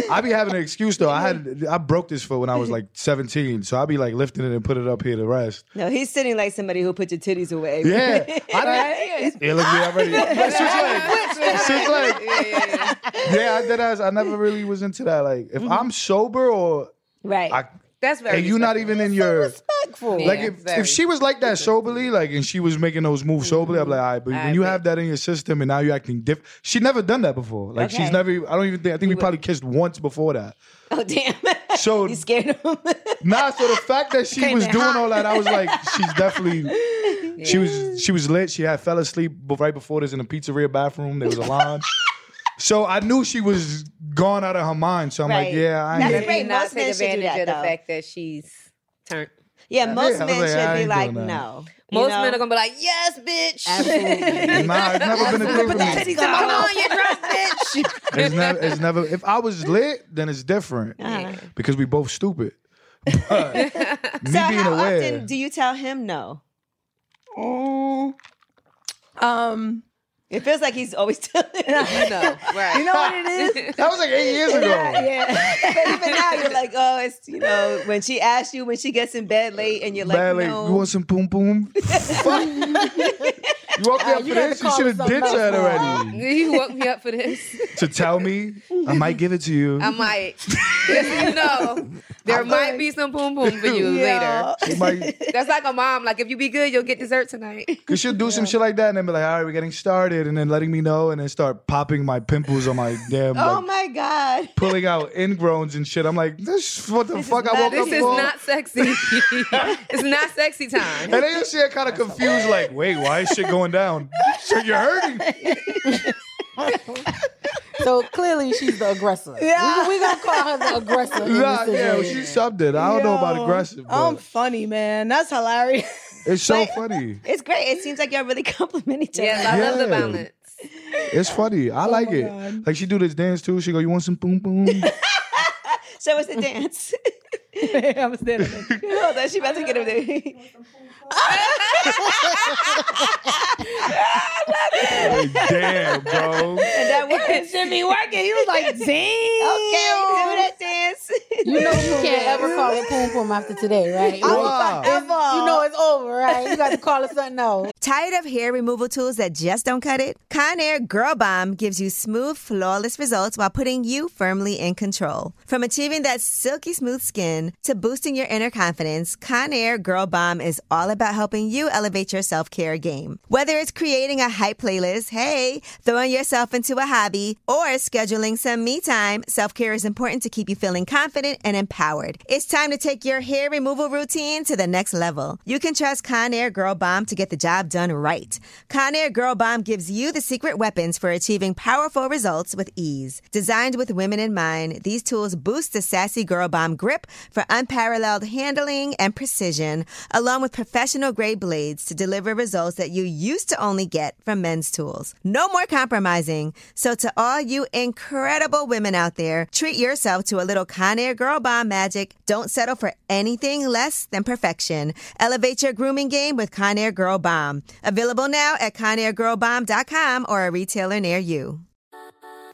I be having an excuse though. I had I broke this foot when I was like 17, so I be like lifting it and put it up here to rest.
*laughs* No, he's sitting like somebody who put your titties away. *laughs*
Yeah, I did. Yeah, look me already. Switch
*laughs*
leg. Switch leg. Yeah, I did. As I never really was into that. Like,
Mm-hmm.
if I'm sober or
right,
I,
That's very.
and you not even in your
respectful.
like if, if she was like that soberly, like and she was making those moves
Mm-hmm.
soberly, I'm like, all right, but when you have that in your system and now you're acting different, she never done that before. Like
Okay.
she's never. I don't even think. I think we probably kissed once before that.
Oh damn.
So
*laughs* you scared him.
nah. So the fact that she
Came
was
in
doing
hot.
all that, I was
*laughs*
like, she's definitely. She was she was lit. She had fell asleep be- right before this in a pizzeria bathroom. There was a line. So I knew she was gone out of her mind. So I'm
Right.
like, yeah, I ain't
That's
getting-
great.
Did not
Most
take
men should do
advantage of
that,
the
though.
fact that she's turned.
Yeah, most
I was
men
like, I
should be
ain't
like,
doing that.
no. You
Most
know?
men are gonna be like, "Yes, bitch."
Nah, it's never been a thing for me.
Come on, you drunk bitch.
*laughs*
It's never, it's never. If I was lit, then it's different because we both stupid. But me
So
being
how
aware,
often do you tell him no?
Mm.
Oh. Um,
It feels like he's always *laughs* telling you
*laughs*
no. Right.
you know what it is?
that was like eight years ago.
yeah.
*laughs* But even now, you're like, oh, it's you know, when she asks you when she gets in bed late, and you're like,
Bad, like,
no.
you want some boom boom?
*laughs*
Fuck. you woke me up for
gotta
this. You
call
should
it
have
something
ditched that
else.
already.
you woke me up for this.
to tell me, I might give it to you. *laughs*
I might. Just, you know, there might be some boom boom for
*laughs*
you
Yeah.
She might,
later. That's like a mom. Like if you be good, you'll get dessert tonight.
cause she'll do some shit like that and then be like, all right, we're getting started, and then letting me know, and then start popping my pimples on my damn.
Oh
like,
my god.
Pulling out ingrowns and shit. I'm like, this what the fuck I woke
This
up
is
for?
not sexy. *laughs* it's not
*laughs*
sexy time.
And then you see her kind of confused, like, wait, why is shit going down? *laughs* So you're hurting.
*laughs* So clearly she's the aggressor.
Yeah.
We, we gonna call her the
*laughs*
aggressor. in
Nah,
this
yeah,
situation.
she subbed it. I don't know about
Yo, Um,
aggressive, but
I'm funny, man. That's hilarious.
*laughs* it's so funny.
It's great. It seems like y'all really compliment each other.
Yes, I love the
Yeah.
balance.
It's funny.
Oh
I like it. Like she do this dance too. She go, you want some boom
*laughs*
boom?
So it's the dance. *laughs*
I was there.
Hold on, she about to get
*laughs*
him there. *laughs*
like, damn, bro.
And that
*laughs* It
works.
should be working. He was like,
*laughs* Okay,
damn.
do that dance.
You know you can't ever call it poom poom after today, right?
Wow.
It's- You know it's over, right? You got to call it something else.
*laughs* Tired of hair removal tools that just don't cut it? Conair Girl Bomb gives you smooth, flawless results while putting you firmly in control. From achieving that silky smooth skin to boosting your inner confidence, Conair Girl Bomb is all about helping you elevate your self care game. Whether it's creating a hype playlist, hey, throwing yourself into a hobby, or scheduling some me time, self care is important to keep you feeling confident and empowered. It's time to take your hair removal routine to the next level. You can trust Conair Girl Bomb to get the job done right. Conair Girl Bomb gives you the secret weapons for achieving powerful results with ease. Designed with women in mind, these tools boost the sassy Girl Bomb grip for unparalleled handling and precision, along with professional grade blades to deliver results that you used to only get from men's tools. No more compromising. So to all you incredible women out there, treat yourself to a little Conair Girl Bomb magic. Don't settle for anything less than perfection. Elevate your grooming game with Conair Girl Bomb. Available now at conairgirlbomb.com or a retailer near you.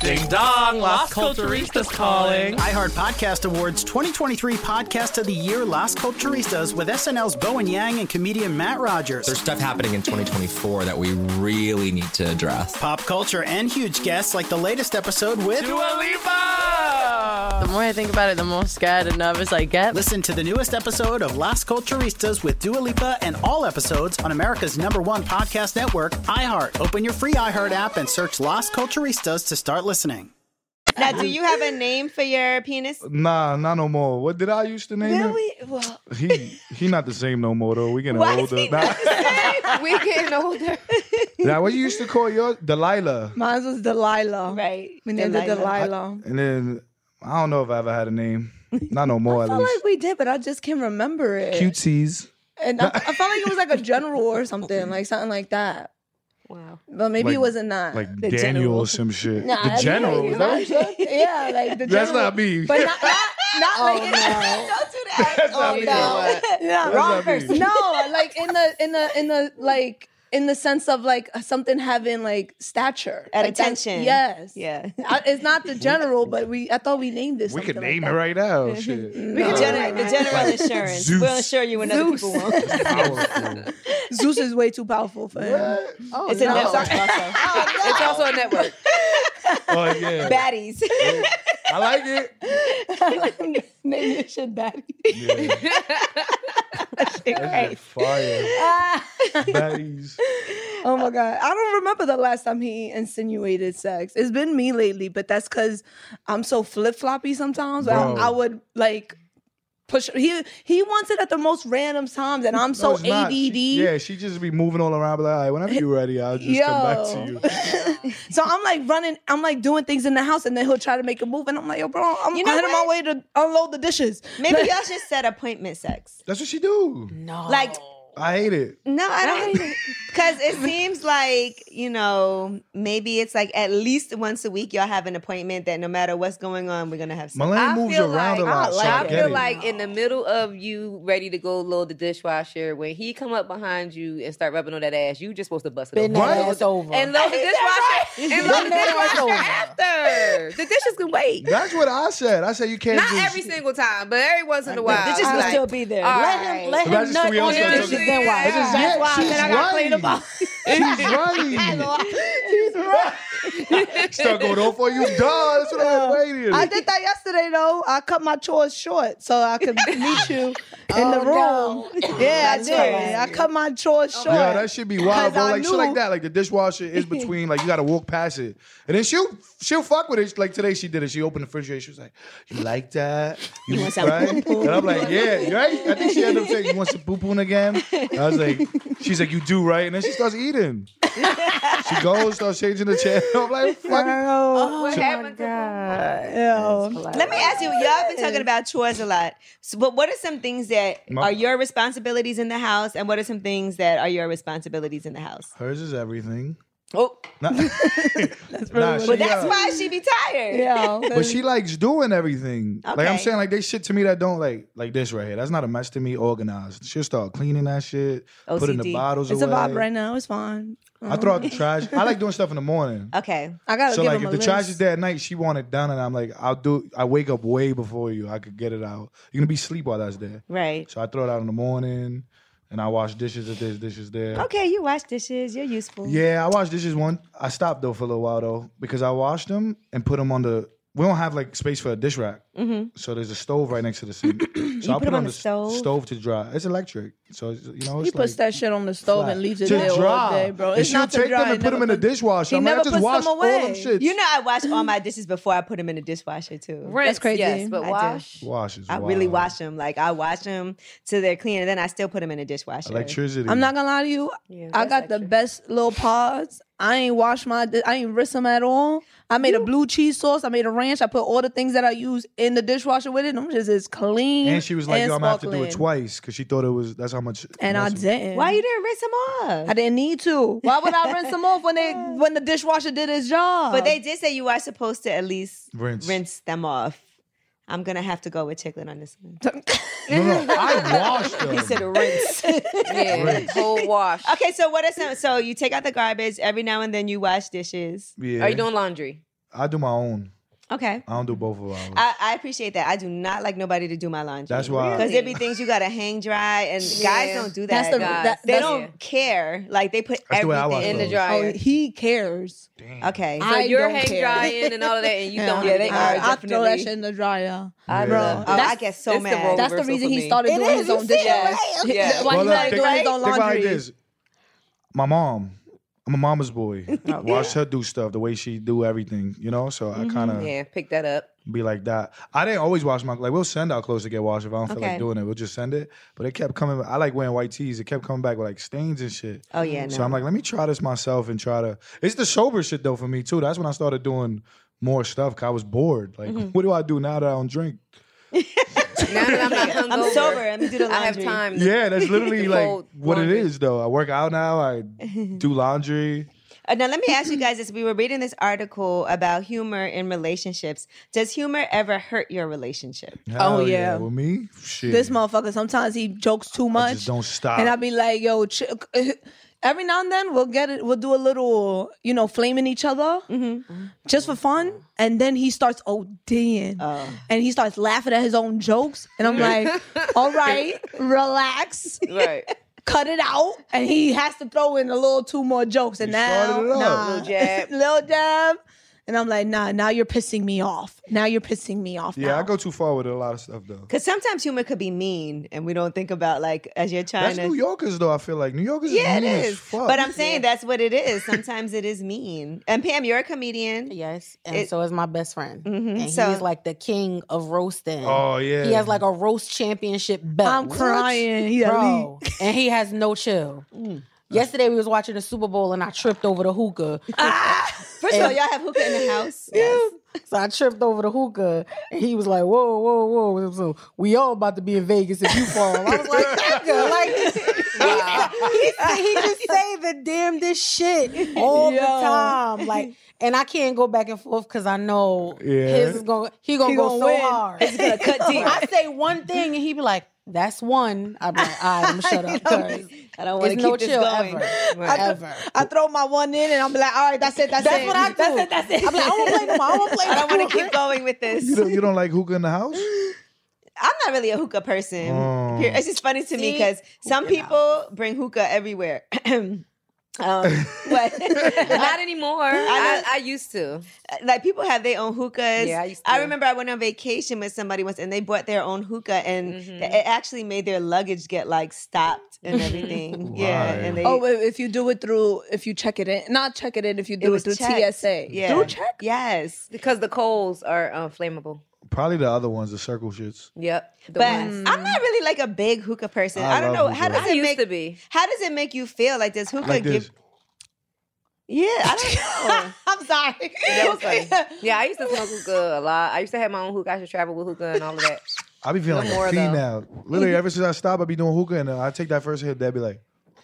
Ding dong, Las Culturistas calling.
iHeart Podcast Awards 2023 Podcast of the Year Las Culturistas with SNL's Bowen Yang and comedian Matt Rogers.
There's stuff happening in 2024 that we really need to address.
Pop culture and huge guests like the latest episode with
Dua
The more I think about it, the more scared and nervous I get. Listen to the newest episode of Las Culturistas with Dua Lipa and all episodes on America's number one podcast network, iHeart. Open your free iHeart app and search Las Culturistas to start listening.
Now, do you have a name for your penis?
Nah, not no more. What did I used to name him?
Really? Well,
He he not the same no more though. We getting
Why is
older.
he
*laughs* Nah,
*laughs*
we're getting older.
nah, what you used to call your Delilah,
Mine was Delilah. Right. We named it
Delilah.
Delilah.
and then I don't know if I ever had a name. Not no more.
*laughs* I
at
felt
least.
like we did, but I just can't remember it.
Cutesies.
And I, I felt like it was like a general or something, like something like that. Wow. But maybe
Like-
it wasn't that.
Like Daniel or some shit.
Nah,
the
that's
general. Is that *laughs* what you said?
yeah, like the
That's
general.
not me.
But not, not, not
Oh,
like *laughs*
no.
don't do that.
That's not
oh,
me. *laughs*
no.
That's not Wrong me. person.
No, like in the in the in the like in the sense of like something having like stature
At
Like, that's-
attention.
Yes.
Yeah.
I, it's not the general, but we I thought we named this.
we could
something
name
like
it right
*laughs*
now. Shit.
We can generate the general
Like
insurance.
Zeus.
We'll insure you when other people won't.
that. *laughs* Zeus is way too powerful for him.
Oh, It's a no. network
It's also a network.
Oh yeah.
Baddies. *laughs*
I like it.
Name your shit back.
That's fire. Baddies.
Ah. *laughs* Oh my god, I don't remember the last time he insinuated sex. It's been me lately, but that's because I'm so flip floppy sometimes. I,
Bro.
I would like push. He he wants it at the most random times, and I'm
No,
so
it's not.
ADD.
She- yeah, she just be moving all around. Be like, all right, whenever you're ready, I'll just come back to you.
so I'm like running. I'm like doing things in the house, and then he'll try to make a move, and I'm like, yo, bro, I'm
You know
heading my
what?
way to unload the dishes.
Maybe
Like-
y'all should set appointment sex.
That's what she do.
Oh.
No.
Like,
I hate it.
no, I *laughs* don't. Because it seems like, you know, maybe it's like at least once a week y'all have an appointment that no matter what's going on, we're going to have sex.
Malay
I
moves
feel
around a
like-
lot.
I,
so I, get
feel
it.
like in the middle of you ready to go load the dishwasher, when he come up behind you and start rubbing on that ass, you just supposed to bust it
Bend
open.
that ass over.
And load the dishwasher. And load
Bend
the
that ass
dishwasher after. The dishes can wait.
That's what I said. I said you can't.
Not
just,
every single time, but every once in a while.
dishes
I'm
will
like,
still be there.
all
Let
right.
him- let
That's just we all
on the
started
dishes,
talking-
then why?
It's just, yeah,
That's why.
she's
Then I gotta clean them
right.
*laughs*
She's
*laughs*
*laughs*
right. Start going off on you. Duh, that's what I was waiting.
I did that yesterday though. I cut my chores short so I could meet you in the
Oh,
room. Yeah, I
That's
did.
crazy.
I cut my chores short.
Oh, Yeah, that should be wild,
'Cause
bro.
I
Like shit like
knew-
that. Like the
*laughs*
dishwasher is between. Like you gotta walk past it, and then she'll she'll fuck with it. Like today she did it. She opened the refrigerator. She was like, "You like that? You,
want some
right?"
poo-poo?
And I'm like, "Yeah, right." I think she ended up saying, "You want some poo poo again?" And I was like, "She's like, you do, right?" And then she starts eating. she goes, starts changing the chair. I'm
*laughs*
like, "Fuck."
Oh,
What happened to
Let me ask you, y'all been talking about chores a lot. So, but what are some things that
My-
are your responsibilities in the house and what are some things that are your responsibilities in the house?
*laughs* Hers is everything.
Oh. *laughs*
Nah, Nah, she,
But that's
uh,
why she be tired.
*laughs*
Yeah.
But she likes doing everything. Like I'm
Okay.
saying, like they shit to me that don't like like this right here. That's not a mess to me. Organized. She'll start cleaning that shit, putting the
OCD.
bottles
It's a
away.
vibe right now. It's fine. Um,
I throw out the trash. I *laughs* like doing stuff in the morning.
Okay.
I *laughs* gotta
so
give
like,
him
if
a
the trash
list.
is there at night, she want it done, and I'm like, I'll do. I wake up way before you. I could get it out. You're gonna be asleep while that's there.
Right.
So I throw it out in the morning, and I wash dishes if there's dishes there.
Okay, you wash dishes. You're useful.
Yeah, I washed dishes one. I stopped though for a little while though because I washed them and put them on the. We don't have like space for a dish rack,
Mhm.
so there's a stove right next to the
*clears throat*
sink. so
You
I
put 'em on the
s-
stove?
stove to dry. It's electric, so it's, you know
He
it's like
puts that shit on the stove
flat.
and leaves it
to
there
dry.
all day, bro.
And
It's
she'll
not to
take
dry.
them and put
He
them
never
in the
puts-
dishwasher.
He
I'm like, I
never
just
puts
washed
them
all them
away.
shits.
You know, I wash all my dishes before I put them in the dishwasher too.
Rinse, crazy.
Yes, but
I do.
wash.
Wash is
I really
wild.
wash them. Like I wash them till they're clean, and then I still put them in the dishwasher.
Electricity.
I'm not gonna lie to you. I got the best little pods. I ain't washed my. di- I ain't rinsed them at all. I made a blue cheese sauce. I made a ranch. I put all the things that I use in the dishwasher with it. And I'm just as clean.
And she was like,
and
"Yo, I'm gonna have to do it
sparkling.
twice" because she thought it was that's how much.
And I
muscle-
didn't.
Why you didn't rinse them off?
I didn't need to. Why would I rinse them off when
*laughs*
they when the dishwasher did its job?
But they did say you are supposed to at least
Rinse.
rinse them off. I'm gonna have to go with Chicklin on this
*laughs*
one.
no, no, I
*laughs*
washed them.
He
*laughs*
said rinse.
Rinse.
whole wash. Okay, so what are some? So you take out the garbage every now and then. You wash dishes.
Yeah. Are you doing
laundry?
I do my own.
Okay.
I don't do both of ours.
I, I appreciate that. I do not like nobody to do my laundry.
That's why-
Because there be things you gotta hang dry, and guys
Yeah.
don't do that.
That's the- that-
they
that's-
don't care. Like they put
That's the way I
everything
wash In the those.
dryer.
he cares. Okay,
I don't care. *laughs* Yeah.
Yeah, they
I,
are
I throw that
definitely-
shit in the dryer.
I
Bro,
love- Oh,
that's-
I get so It's the mad. role
That's the reason
reversal for
he
me.
started
It
doing
is,
his
you
own
see it,
dishes.
right?
*laughs*
Yeah.
Why
Well,
he
look,
started doing his
think
own
about it like
laundry.
this. My mom, I'm a mama's
*laughs*
boy. Watch her do stuff the way she do everything, you know. So I kind of
*laughs* yeah, pick that up.
be like that. I didn't always wash my like we'll send our clothes to get washed if I don't feel
Okay.
like doing it. We'll just send it. But it kept coming. I like wearing white tees. It kept coming back with like stains and shit.
Oh, yeah,
So
no.
I'm like, let me try this myself and try to. It's the sober shit though for me too. That's when I started doing more stuff. 'cause I was bored. Like,
Mhm.
*laughs* what do I do now that I don't drink?
*laughs* I'm
hungover.
sober. Let me do the
I have
laundry.
time.
Yeah, that's literally
*laughs*
The
like
cold
what it is though. I work out now. I do laundry.
Uh, now let me ask you guys this: We were reading this article about humor in relationships. Does humor ever hurt your relationship?
Hell
Oh, yeah.
With me, shit.
This motherfucker sometimes he jokes too much.
just don't stop.
And I'll be like, yo, ch- *laughs* every now and then we'll get it. We'll do a little, you know, flaming each other
Mm-hmm.
just for fun. And then he starts ODing
Oh.
and he starts laughing at his own jokes. And I'm
*laughs*
like, all right, relax. *laughs*
Right.
Cut it out, and he has to throw in a little two more jokes, and now
started it up.
nah.
Little
*laughs*
jab.
little jab, and I'm like, nah, now you're pissing me off. Now you're pissing me off.
yeah, I go too far with a lot of stuff though.
Because sometimes humor could be mean, and we don't think about like as you're trying
That's
to.
New Yorkers though. I feel like New Yorkers.
Yeah,
is
it
mean as
is.
fuck.
But I'm saying that's what
*laughs*
it is. Sometimes it is mean. And Pam, you're a comedian.
Yes, and so is my best friend.
Mm-hmm,
And
so-
he's like the king of roasting.
Oh, yeah.
He has like a roast championship belt.
I'm crying. He Mm.
Bro. and he has no chill. Yesterday we was watching the Super Bowl and I tripped over the
*laughs*
hookah.
First of all, y'all have hookah in the house. Yes.
So I tripped over the hookah and he was like, whoa, whoa, whoa. So we all about to be in Vegas if you fall. I was like, nigga, like he, said- he just say the damnedest shit all
Yo.
the time. Like, and I can't go back and forth because I know
Yeah.
his is going he gonna
He
go
gonna
so
win.
hard.
He's gonna
*laughs*
cut
So
deep.
I say one thing and he be like, that's one. I'm like, all right, I'm shut up. 'cause
I
it's
don't want to keep
no
this
chill
going.
ever.
I,
Ever.
th- I throw my one in and I'm like, all right, that's it, that's,
That's
it.
what I
That's
do.
it, that's it.
I'm like, I won't play no more. I won't play
I don't
no
*laughs*
want to keep going with this.
You don't, you don't like hookah in
*laughs*
the house?
I'm not really a hookah person.
Oh.
Here- It's just funny to me
See?
because some people bring hookah everywhere. *clears throat* um,
*laughs*
but
Not anymore. I, I, used to.
Uh, Like people have their own hookahs.
Yeah, I used to.
remember I went on vacation with somebody once, and they bought their own hookah, and
Mm-hmm.
th- it actually made their luggage get like stopped and everything. Yeah, and they
*laughs* oh, if if you do it through, if you check it in, not check it in, if you do it,
was
through
checked.
TSA,
Yeah.
do check.
Yes,
because the coals are uh, flammable.
Probably the other ones, the circle shits.
Yep. the
but
ones.
I'm not really like a big hookah person.
I
I, don't know
love
how
hookah.
does
I
it
used
make
to be.
how does it make you feel? Like does hookah
Like
give?
this.
Yeah,
*laughs*
I don't know. *laughs* I'm sorry.
That was funny. Yeah, I used to smoke hookah a lot. I used to have my own hookah. I used to travel with hookah and all of that.
I be feeling
No
like
more,
a
though.
female. Literally, ever since I stopped, I be doing hookah, and uh, I take that first hit, that be like,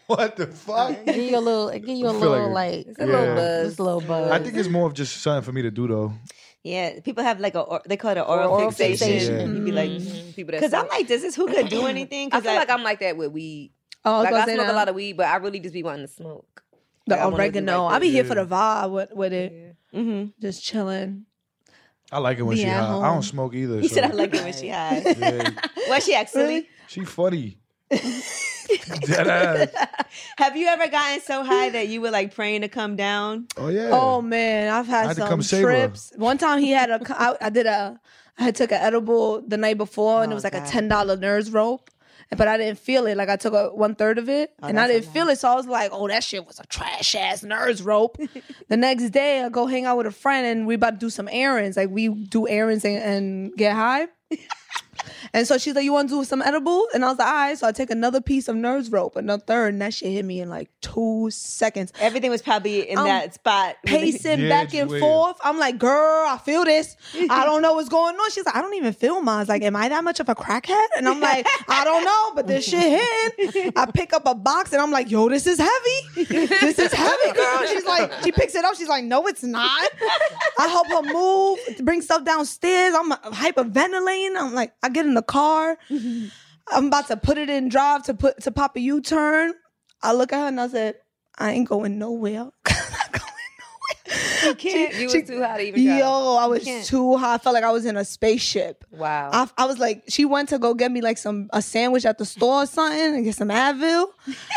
what the fuck?
Give you a little, give you a
I feel
little
like
like,
it- It's a little yeah. buzz.
Just a little buzz.
I think it's more of just something for me to do though.
Yeah, people have like a or, they call it an oral,
Oral
fixation.
fixation. Yeah.
You'd be like,
people that
because I'm
smoke.
like, does this hookah
*clears throat*
do
I
anything? Because
feel like I'm like that with weed.
Oh, I was
like
gonna
I
say
smoke
now.
a lot of weed, but I really just be wanting to smoke.
The
Like, I wanna do
oregano.
like
I'll be
that.
here for the vibe with, with it.
Mm-hmm.
Just chilling.
I like it when
Be
she
at
high. I
home.
don't smoke
*laughs*
either.
He
so-
said I
*laughs*
like it when she high.
Yeah.
*laughs*
Was she actually?
She funny. Dead ass.
Have you ever gotten so high that you were like praying to come down?
Oh yeah.
Oh man, I've
I
had
had to
some
come save her.
trips. One time he had a, I, I did a, I had took an edible the night before,
Oh,
and it was like a ten dollar nurse rope, but I didn't feel it. Like I took a one third of it,
Oh,
and I
that's
didn't feel it, so I was like, oh, that shit was a trash ass nurse
*laughs*
rope. the next day, I go hang out with a friend, and we about to do some errands. Like we do errands and, and
*laughs*
get high. And so she's like, "You want to do some edible?" And I was like, "All right." So I take another piece of nurse rope, another third, and that shit hit me in like two seconds. Um,
Everything was probably in that spot.
pacing
Yeah,
back
it's
and
weird.
forth. I'm like, "Girl, I feel this.
*laughs*
I don't know what's going on." She's like, "I don't even feel mine." I was like, "Am I that much of a crackhead?"
*laughs*
And I'm like, "I don't know, but this shit hit." I pick up a box and I'm like, "Yo, this is heavy. This is heavy, girl." She's like, she picks it up. She's like, "No, it's not." I help her move, bring stuff downstairs. I'm hyperventilating. I'm like, I get in the car. I'm about to put it in drive to put to pop a U-turn. I look at her and I said, I ain't going nowhere. *laughs*
You can't. You were too hot to even. drive.
Yo, I
You
was
can't.
too high. I felt like I was in a spaceship.
Wow.
I, I was like, she went to go get me like some a sandwich at the store or something and get some
*laughs*
Advil,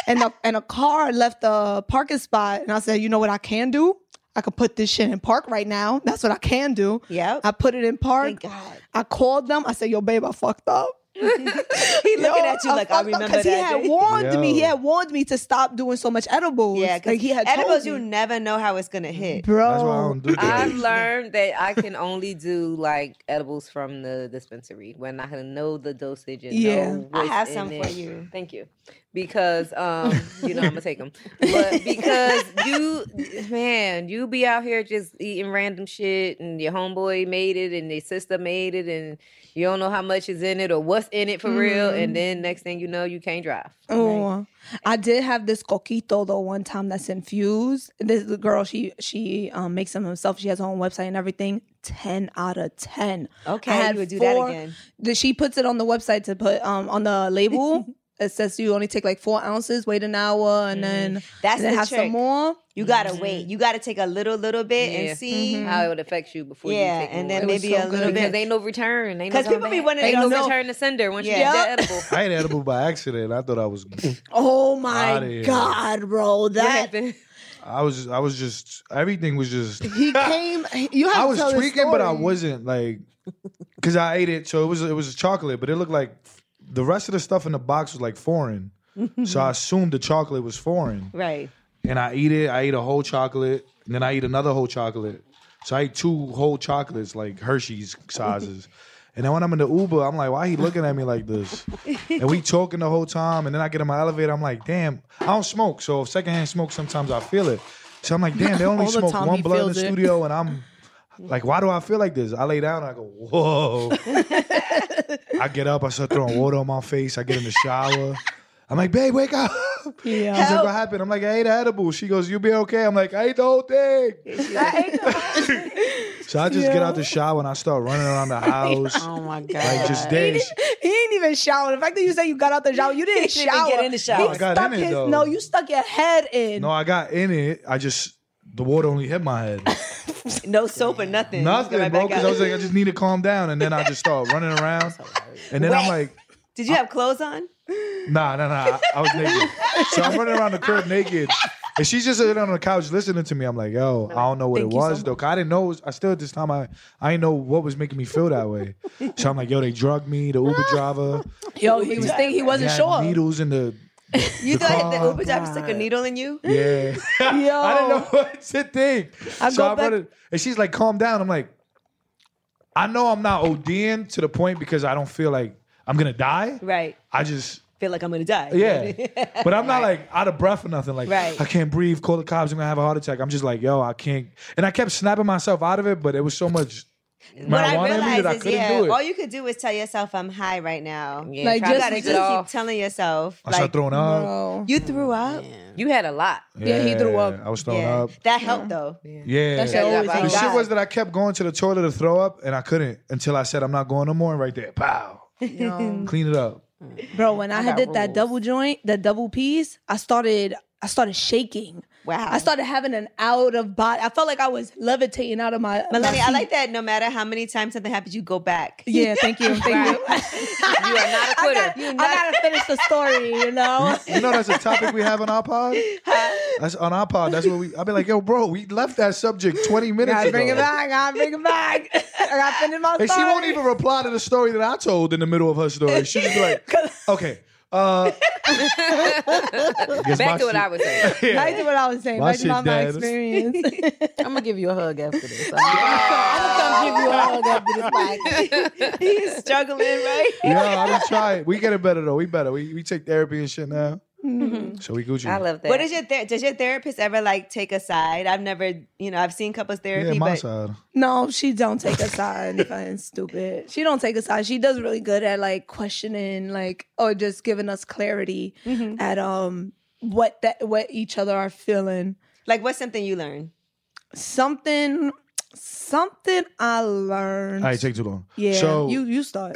and a, and a car left the parking spot, and I said, you know what I can do? I could put this shit in park right now. That's what I can do. Yeah. I put it in park. I called them. I said, yo, babe, I fucked up.
*laughs*
*laughs*
He looking at you like I remember
Because
that.
he had
day.
warned me. He had warned me to stop doing so much edibles.
Yeah,
like he had
edibles.
told me.
You never know how it's gonna hit,
Bro. That's why I
don't do
I've learned that I can only do like edibles from the dispensary when I know the dosage and
Yeah.
know
I
what's
have
in
some for
it.
you.
Thank you, because um, you know I'm gonna
*laughs*
take them, but because you, man, you be out here just eating random shit, and your homeboy made it, and your sister made it, and you don't know how much is in it or what's in it for real,
Mhm.
Mm-hmm.
and then next thing you know, you can't drive.
Oh, I did have this coquito though one time that's infused. This the girl she she um, makes them herself. She has her own website and everything. Ten out of ten.
Okay,
I
you would do that again.
the- she puts it on the website to put um on the
*laughs*
label. it says you only take like four ounces, wait an hour, and then
Mm-hmm. That's
and then
the
have
trick.
some more.
You gotta wait. You gotta take a little, little bit
Yeah.
and see
Mhm. how it affects you before.
Yeah,
you take
and
more.
then It was maybe so a good. little
because
bit.
they no return. They no
'Cause
come
people be
back.
wanting
they
to
no
know-
return to sender once you
Yeah.
*laughs*
get that edible.
I ate edible by accident. I thought I was.
Oh
Outta
my
here.
god, bro! That
I was. I was just. Everything was just.
he came. You have
I
to
was
tell this
tweaking, but I
story.
wasn't like, because I ate it. So it was. It was chocolate, but it looked like the rest of the stuff in the box was like
*laughs*
foreign. so I assumed the chocolate was foreign.
Right.
and I eat it. I eat a whole chocolate, and then I eat another whole chocolate. So I eat two whole chocolates, like Hershey's sizes. and then when I'm in the Uber, I'm like, why he looking at me like this? and
*laughs*
we talking the whole time. And then I get in my elevator, I'm like, damn, I don't smoke. So if secondhand smoke, sometimes I feel it. So I'm like, damn, they only
All the
smoke
time
one
he
blood in
feels
the
it.
studio, and I'm like, why do I feel like this? I lay down, I go, whoa. I get up, I start throwing water on my face. I get in the shower. I'm like, babe, wake up.
Yeah.
She's like,
Help.
what happened? I'm like, I ate an edible. She goes, you'll be okay. I'm like, I ate the whole thing. *laughs* So I just get
Yeah.
out the shower and I start running around *laughs* the house.
Oh my god!
Like just dance.
He didn't even shower. The fact that you say you got out the shower, you didn't,
He didn't
shower.
even get in the shower.
He
No, Oh, I got
stuck
in it,
his,
though.
No, you stuck your head in. *laughs*
No, I got in it. I just the water only hit my head.
no soap or nothing.
Nothing,
Right
bro.
back
Because
out.
I was like, I just need to calm down. And then I just start
*laughs*
running around. And then I'm
Wet.
like,
Did you have clothes on?
nah, nah, nah. I, I was naked. So I'm running around the crib naked. And she's just sitting on the couch listening to me. I'm like, yo, I don't know what
Thank
it
you so
was though. 'Cause I didn't know. It was, I still at this time I I didn't know what was making me feel that way. So I'm like, yo, they drugged me. The
*laughs*
Uber driver.
Yo, he was thinking he wasn't
had
sure.
Needles in the.
You
The
thought
car.
the Uber driver stuck a needle in you?
Yeah. *laughs* I didn't know what to think.
I
so
go
I brought it, and she's like, calm down. I'm like, I know I'm not ODing to the point because I don't feel like I'm gonna die.
Right.
I just
Feel like I'm gonna die.
Yeah.
*laughs*
but I'm not like out of breath or nothing. Like
Right.
I can't breathe. Call the cops. I'm gonna have a heart attack. I'm just like, yo, I can't. And I kept snapping myself out of it, but it was so much
What
marijuana
I
in me that I
realize is,
couldn't
yeah,
do it.
all you could do is tell yourself I'm high right now.
Yeah, Like, try
you
to
gotta
switch
just
it
keep
off.
telling yourself.
I started throwing up.
You threw up.
You had a lot.
Oh. I was throwing
Yeah.
up.
That helped though. Yeah.
Yeah.
That shit Yeah, always
the
helps.
shit was that I kept going to the toilet to throw up and I couldn't until I said I'm not going no more. And right there, pow. Clean it up.
Bro, when I,
got
had did that double joint, that double piece, I started I started shaking.
Wow.
I started having an out of body. I felt like I was levitating out of my.
Melanie,
my
I
seat.
like that. No matter how many times something happens, you go back.
Yeah,
*laughs*
thank you. Thank
you. you are not a quitter.
*laughs* I gotta finish the story, you know.
You know that's a topic we have on our pod. That's on our pod. That's what we. I've been like, yo, bro, we left that subject twenty
*laughs*
minutes
Gotta
ago.
bring it back. Gotta bring it back. I gotta finish my story.
And she won't even reply to the story that I told in the middle of her story. She'll just be like, *laughs* okay. Uh, guess my
Back to what
shit-
I was saying.
*laughs* Yeah.
Back to what I was saying.
My
Back to
shit
my, my
dead.
experience. *laughs* I'm gonna give you a hug after this. I'm gonna come give you a hug after this.
*laughs*
Mike.
He's struggling, right?
yeah, I didn't try it. We get it better though. We better. We, we take therapy and shit now.
Mm-hmm.
Mhm.
So we Gucci.
I love
What is your ther- does your therapist ever like take a side? I've never, you know, I've seen couples therapy,
Yeah, my
but
side.
No, she don't take a side. fucking stupid. She don't take a side. She does really good at like questioning, like or just giving us clarity
Mhm.
at um what that what each other are feeling.
like, what's something you learn?
Something, something I learned.
All right, take too long.
yeah,
So
you you start.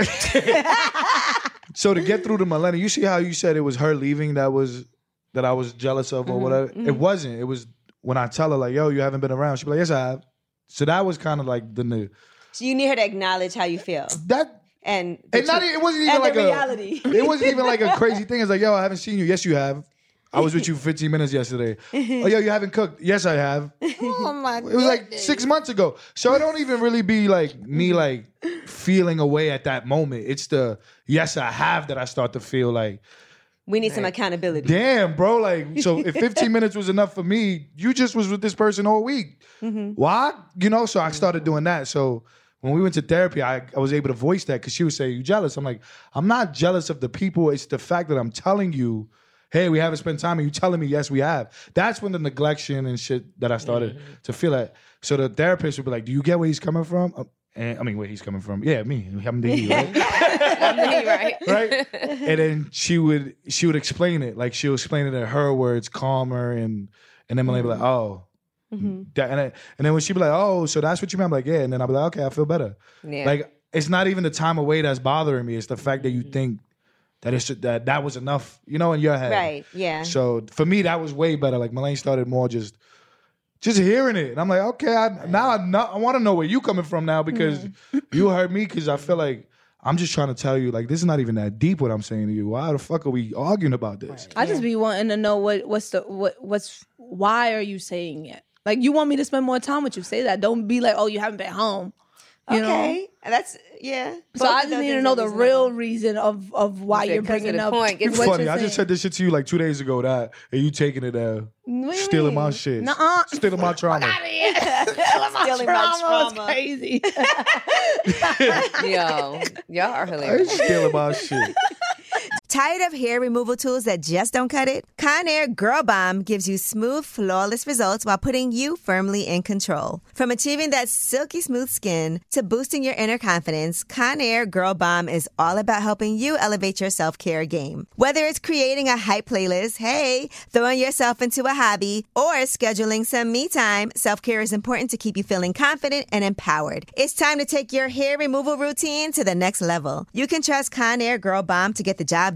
so to get through to Milena, you see how you said it was her leaving that was that I was jealous of or
Mm-hmm.
whatever. It
mhm.
wasn't. It was when I tell her like, "Yo, you haven't been around." She be like, "Yes, I have." So that was kind of like the new.
So you need her to acknowledge how you feel.
That
and the
And not
truth-
e- it wasn't even
and
like
the
a
reality.
It wasn't even like a crazy thing. It's like, "Yo, I haven't seen you." Yes, you have. I was with you 15 minutes yesterday. Oh,
Mm-hmm.
yo, you haven't cooked. Yes, I have.
*laughs* Oh my
It was like six months ago. So it don't even really be like
Mm-hmm.
me like feeling away at that moment. It's the yes I have that I start to feel like,
*laughs* we need some accountability.
damn, bro. Like, so if 15 minutes was enough for me, you just was with this person all week.
Mm-hmm.
Why? You know, so I started doing that. So when we went to therapy, I, I was able to voice that because she would say, You jealous? I'm like, I'm not jealous of the people. It's the fact that I'm telling you, hey, we haven't spent time, and you telling me, yes, we have. That's when the neglection and shit that I started to feel that. So the therapist would be like, Do you get where he's coming from? Uh, and, I mean, where he's coming from. Yeah, me. I'm the he, right?
right?
*laughs*
Right? and then she would she would explain it like she would explain it in her words calmer and and then Malay be like oh that, and, I, and then when she be like oh so that's what you meant I'm like yeah and then I'll be like okay I feel better
Yeah.
like it's not even the time away that's bothering me it's the fact that you think that it's that that was enough you know in your head
Right, yeah.
so for me that was way better like Malay started more just just hearing it and I'm like okay I, now I, know, I want to know where you coming from now because
*laughs*
you heard me because I feel like I'm just trying to tell you, like, this is not even that deep what I'm saying to you. Why the fuck are we arguing about this?
I just be wanting to know what what's the what what's why are you saying it? Like you want me to spend more time with you? Say that. Don't be like, oh, you haven't been home. You know?
okay, that's yeah.
So
Both
I
of
just
those
need to
things
know
are
the
reasonable.
real
*laughs*
reason of of why
You said,
you're
"Cut to
bringing
the
up.
point, get
It's
what
funny.
you're
I just
saying.
said this shit to you like two days ago that and you taking it uh stealing my shit.
Nuh-uh.
Stealing my
*laughs*
trauma.
Stealing
my
*laughs* trauma was
trauma.
crazy.
Yo, y'all are
I
hilarious.
stealing my
*laughs*
shit.
Tired of hair removal tools that just don't cut it? Conair Girl Bomb gives you smooth, flawless results while putting you firmly in control. From achieving that silky smooth skin to boosting your inner confidence, Conair Girl Bomb is all about helping you elevate your self-care game. Whether it's creating a hype playlist, hey, throwing yourself into a hobby, or scheduling some me time, self-care is important to keep you feeling confident and empowered. It's time to take your hair removal routine to the next level. You can trust Conair Girl Bomb to get the job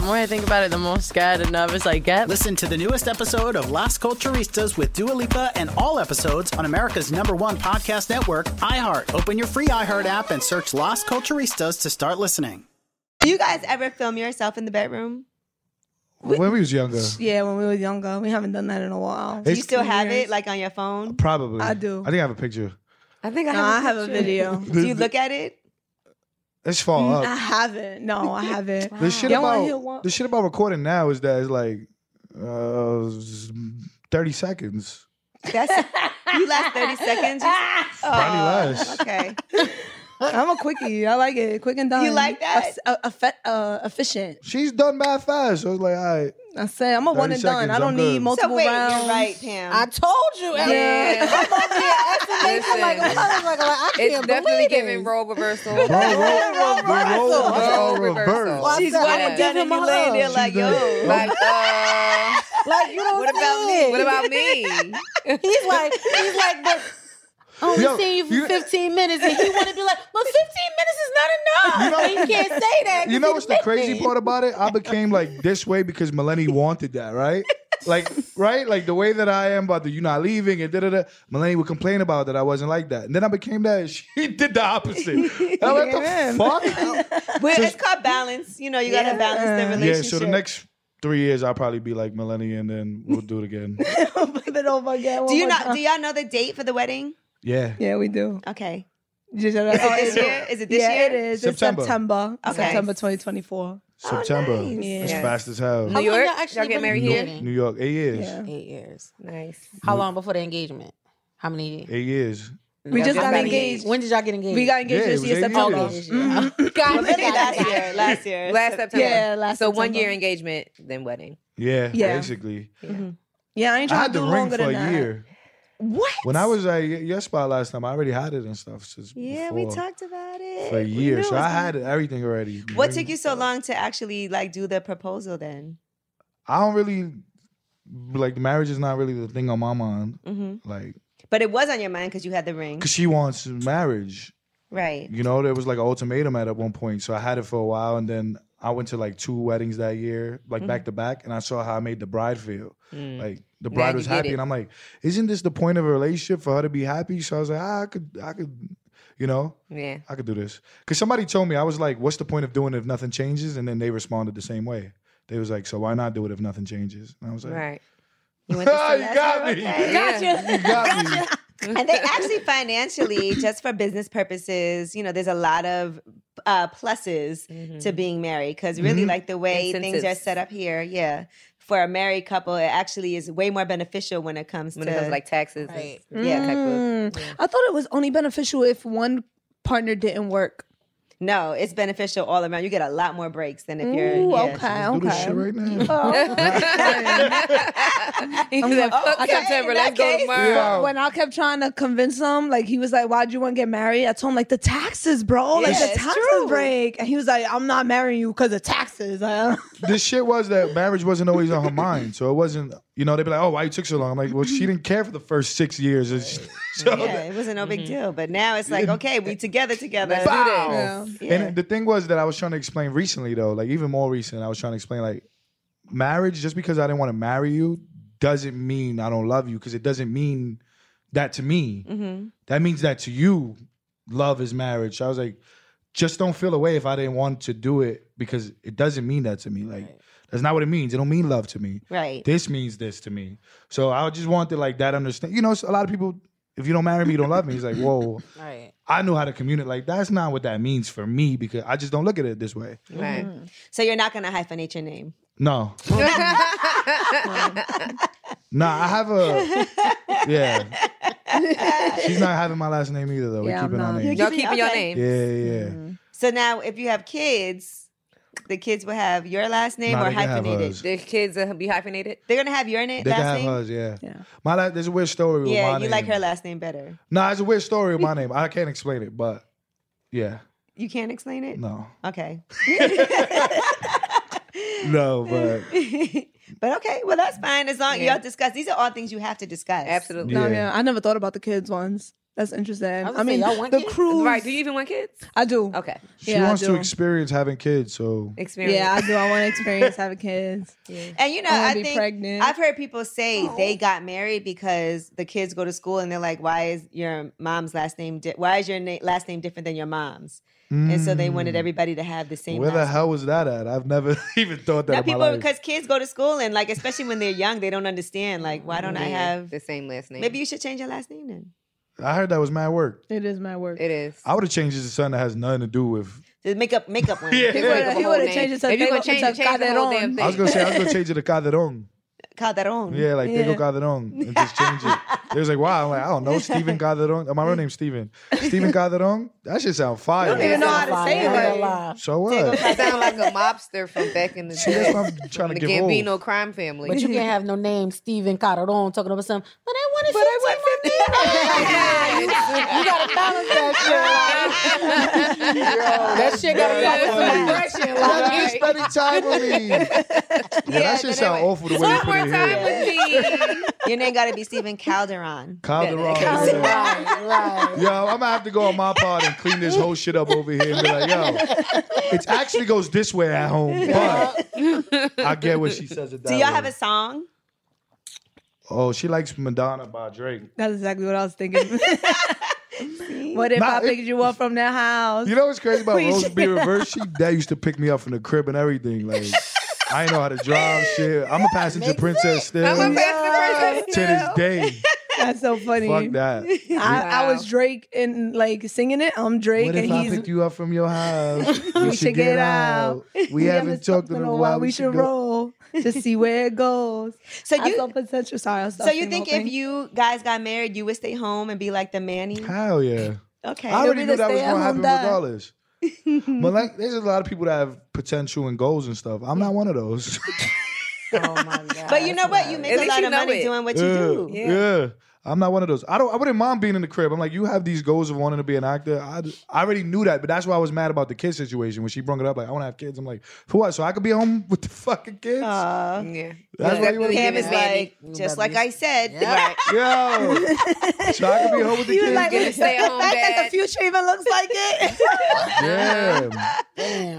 more I think about it, the more scared and nervous I get. Listen to the newest episode of Las Culturistas with Dua Lipa and all episodes on America's number one podcast network, iHeart. Open your free iHeart app and search Las Culturistas to start listening.
Do you guys ever film yourself in the bedroom?
when we was younger,
Yeah, when we were younger, we haven't done that in a while.
Do you It's-
still have it like on your phone?
probably.
I do.
I think I have a picture.
I think
I No, have a I have a picture. *laughs* video.
Do you look at it?
It's far
Mm, I
up.
haven't. No, I haven't.
The shit
Y'all wanna hear
about
one-
the shit about recording now is that it's like uh, thirty seconds.
That's you last thirty seconds.
Probably less.
Okay.
Oh, I'm a quickie. I like it. Quick and done.
You like that?
Eff- uh, effe- uh,
*laughs*
efficient.
She's done by fast. So I was like, all right.
I say I'm a one
30
and done. I
seconds,
don't
I'm
need
good.
multiple
so wait, *laughs*
rounds.
you're right, Pam.
I told you. Em.
Yeah.
I'm over here estimating, like,
Listen.
I was like, like, I can't
It's definitely
believe
giving
this.
role
*laughs*
reversal.
Bro, role- the
Role
role was
reversal.
all
Role reversal.
reversed.
Well, I
She's
said,
one
I
and
would
done,
give
and
him
you
a
laying there
hug.
like,
She's
yo,
done.
like,
uh,
Like you don't
what about
see
me?
it.
what about me?
He's like, he's like, but only
Yo,
seen you for
you-
15 minutes, and he want to be like, well, 15 minutes is not enough. You,
You know-
can't say that.
*laughs* You know what's the crazy part about it? I became
*laughs*
like this way because Melanie wanted that, right? Like, right? Like the way that I am about the you not leaving and da da da. Melanie would complain about that I wasn't like that, and then I became that. *laughs* And she did the
*laughs*
opposite. I went the fuck.
Oh.
well, it's called balance. You know, you gotta balance
*laughs*
the
yeah.
relationship.
So the next three years, I'll probably be like Melanie, and then we'll do it
*laughs*
again.
Flip it over again.
do
one
you
more
not?
time.
Do y'all know the date for the wedding?
Yeah.
Yeah, we do.
Okay. Oh,
Just,
Is it this year? Is it this
yeah,
year?
it is. It's
September.
September.
Okay.
September Oh, 2024.
September. It's
Yeah.
fast as hell.
New York?
y'all actually
Y'all get
been
married
New,
here?
New York. Eight years.
Yeah.
Eight years. Nice.
How long before the engagement? How many?
Eight years.
We just got engaged.
When did y'all get engaged?
We got
Yeah,
engaged
it
this
was
year,
eight
September.
years.
Mm-hmm.
Mhm.
Well, maybe last year. Last year.
Last September.
Yeah, last
So one
September.
year engagement, then wedding.
Yeah,
Yeah.
Basically,
Mm-hmm.
Yeah, I ain't
I
trying
had
to do
the ring
longer
for a
than that.
year.
What?
When I was at your spot last time, I already had it and stuff. Since
yeah, we
before.
talked about it
for a
We
year.
knew it
So
was
I
gonna-
had everything already.
What
Ring.
took you so long to actually like do the proposal then?
I don't really like marriage is not really the thing on my mind.
Mhm.
Like,
But it was on your mind because you had the ring,
cause she wants marriage.
right?
You know, there was like an ultimatum at one point. So I had it for a while, and then I went to like two weddings that year,
Mm.
like back to back, and I saw how I made the bride feel. Like the
Now
bride
you
was
get
happy,
it.
and I'm like, isn't this the point of a relationship for her to be happy? So I was like, ah, I could, I could, you know.
Yeah.
I could do this. Cause somebody told me I was like, "What's the point of doing it if nothing changes?" And then they responded the same way. They was like, "So why not do it if nothing changes?" And I was like, *laughs*
Right.
You went to
"Ah, you
Celeste,
got me,
okay.
you got me."
and they actually financially, just for business purposes, you know, there's a lot of uh, pluses to being married because really,
Mhm.
like the way things are
Mm-hmm. Incentives.
set up here, yeah, for a married couple, it actually is way more beneficial when it comes
When
to
it comes to like taxes.
Right.
And, yeah. Type of, yeah.
Mm. I thought it was only beneficial if one partner didn't work.
Mm-hmm.
no, it's beneficial all around. You get a lot more breaks than if you're
Ooh,
yeah.
okay,
Do this
*laughs*
okay.
shit right now.
He
I'm
said,
like,
"Fuck
okay,
September.
in
Let's
that
go
case,
Yeah. *laughs*
tomorrow."
When I kept trying to convince him, like he was like, "Why'd you want to get married?" I told him like the taxes, bro, like
Yeah,
the
it's
taxes
true.
break, and he was like, "I'm not marrying you because of taxes." I- *laughs*
the shit was that marriage wasn't always on her mind, so it wasn't. You know, they'd be like, "Oh, why you took so long?" I'm like, "Well, she didn't care for the first six years." And she- so
Yeah, it wasn't no big deal, but now it's like okay, we together together.
Mm-hmm. Let's do
Bow.
this.
Yeah.
And the thing was that I was trying to explain recently, though, like even more recent, I was trying to explain like marriage. Just because I didn't want to marry you doesn't mean I don't love you, because it doesn't mean that to me. That means that to you, love is marriage. So I was like, just don't feel away if I didn't want to do it because it doesn't mean that to me. Like that's not what it means. It don't mean love to me.
Right.
This means this to me. So I just wanted like that understand. You know, a lot of people, if you don't marry me, you don't love me. It's like whoa.
Right.
I know how to communicate. Like that's not what that means for me because I just don't look at it this way.
Right. So you're not gonna hyphenate your name.
No, nah. I have
*laughs*
a yeah. She's
*laughs*
not having my last name either though.
Yeah, I'm
We're keeping
not.
our name.
You're keeping- Y'all keeping your
Yeah, yeah.
So now, if you have kids, the kids will have your last name
Nah,
or
they can have
hyphenated.
hers.
The
kids will be hyphenated.
They're gonna have your name,
They can
last
have
name.
hers, yeah. My la- there's a weird story with
yeah,
my
you
name.
like her last name better.
Nah, it's a weird story with
*laughs*
my name. I can't explain it, but yeah.
You can't explain it. *laughs*
No.
Okay.
No, but
but okay, well that's fine. As long
Yeah.
y'all discuss, these are all things you have to discuss. Absolutely.
No, yeah, I never thought about the kids ones. That's interesting. I,
gonna say,
mean,
y'all want
the
kids?
cruise.
Right. Do you even want kids?
I do.
Okay.
She
yeah,
wants
I
to
do.
experience having kids, so
experience.
*laughs* Yeah, I do. I want to experience having kids.
And you know,
I wanna
I,
be
think
pregnant.
I've heard people say
Oh.
they got married because the kids go to school and they're like, "Why is your mom's last name? Di- why is your na- last name different than your mom's?" And so they wanted
Mm.
everybody to have the same.
Where
last
the hell was that at? I've never *laughs* even thought that
No,
in my
people
life.
because kids go to school and like especially when they're young, they don't understand like why
Mm-hmm.
don't I
Yeah,
have
the same last name?
Maybe you should change your last name then.
I heard that was mad work.
It is my work.
It is.
I would have changed it to something that has nothing to do
*laughs*
with.
Just make up make up
*laughs*
one.
Yeah. He would've-
he would've changed it to
If you
Diego-
gonna
to Calderon.
*laughs*
I was gonna say I was gonna change it to
*laughs*
Calderon.
Calderon.
Yeah, like
*laughs*
Diego Calderon, and just change it. They was like, "Wow!" I'm like, "I don't know, Stephen Calderon." Oh, My real name's Stephen.
*laughs*
Stephen Calderon. That should sound fire.
don't even know how to say it right.
So what?
I sound like a mobster from back in the
See,
day.
that's what I'm trying to
the
give old.
Gambino crime family.
But you can't
*laughs*
have no name, Steven Calderon, talking about something. But I want to But I want
you,
you gotta balance that shit. Like. that shit gotta come with some aggression. Like.
Why you spending time with
*laughs*
me? Yeah, that should sound awful the way you put it here.
Your name gotta be Stephen Calderon.
*laughs*
Calderon.
Calderon.
Yo, I'm gonna have to go on my part and clean this whole shit up over here and be like,
*laughs*
yo, it actually goes this way at
*laughs*
home, but I get what she says. It that
Do y'all
way.
have a song?
Oh, she likes Madonna by Drake.
That's exactly what I was thinking. *laughs* what if
Nah,
I
it-
picked you up from that house?
You know what's crazy about
*laughs* We
Rose
should-
B *laughs* reverse? She that used to pick me up from the crib and everything. Like I ain't know how to drive shit. I'm a passenger princess still.
I'm a passenger princess
to this day.
That's so funny.
Fuck that.
*laughs* I, I was Drake and like singing it. I'm Drake
What
and
if I
he's
picked you up from your house?
*laughs* We should get out.
We haven't talked in a while.
We should
go-
roll
*laughs*
to see where it goes. So
you-
you potential. Sorry, I was
So you think if you guys got married, you would stay home and be like the Manny?
Hell yeah.
Okay.
I already
You'll be
knew
the
that was gonna happen
stay-at-home dad.
*laughs*
regardless. but like, there's a lot of people that have potential and goals and stuff. I'm not one of those. *laughs*
But you know what? You make
At
a
least
lot
you
of
know
money
it.
doing what you
yeah,
do.
Yeah. I'm not one of those. I don't. I wouldn't mind being in the crib. I'm like, you have these goals of wanting to be an actor. I, I already knew that, but that's why I was mad about the kid situation when she brought it up. Like, I want to have kids. I'm like, for what? So I could be home with the fucking kids?
yeah.
That's why you wanna
Cam
be
is
an
like, just like I said. Right.
Yo, *laughs* so I could be home with the
You
kids.
like
Get a *laughs* stay-at-home
that, that
dad.
the future even looks like it.
Damn.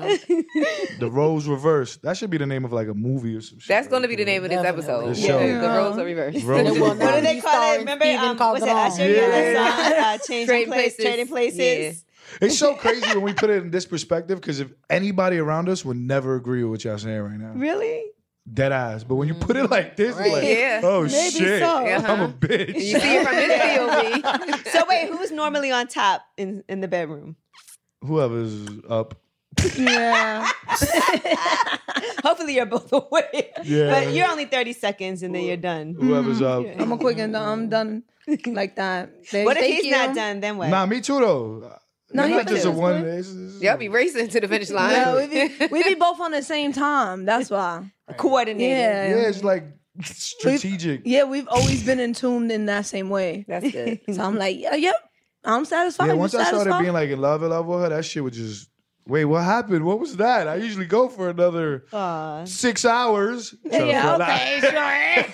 The roles reversed. That should be the name of like a movie or some shit.
That's going to be the name of this
The
episode.
show.
The roles are reversed.
Roles are
What do
reversed.
they call it? Remember, um, was it Usher? Yeah. that song, uh, Changing
Trading
Place-
Places.
Trading Places.
It's so crazy when we put it in this perspective because if anybody around us would never agree with what y'all saying right now.
Really? *laughs*
Dead eyes. But when you put it like this,
Right.
like,
Yeah.
oh
Maybe
shit,
so.
I'm a
Uh-huh.
bitch.
You see it from this POV. so wait, who's normally on top in in the bedroom?
Whoever's up.
Yeah.
*laughs* Hopefully you're both awake.
Yeah.
But you're only 30 seconds and then you're done.
Whoever's up.
I'm a quick and done. I'm done like that. They-
What if
thank
he's
you.
not done? Then what?
Nah, me too though.
No,
You're
he
not just a
is.
one. it's- it's-
Y'all be racing to the finish *laughs* line.
No, we be, we be both on the same time. That's why.
*laughs* Coordinated.
Yeah.
yeah, it's like strategic.
Yeah, we've always been in tuned in that same way.
That's good.
*laughs* so I'm like, yeah, yep. I'm satisfied.
Yeah,
You
once I started
satisfied?
being like in love and love with her, that shit would just wait. What happened? What was that? I usually go for another six hours.
Uh. Yeah,
So, nah.
okay,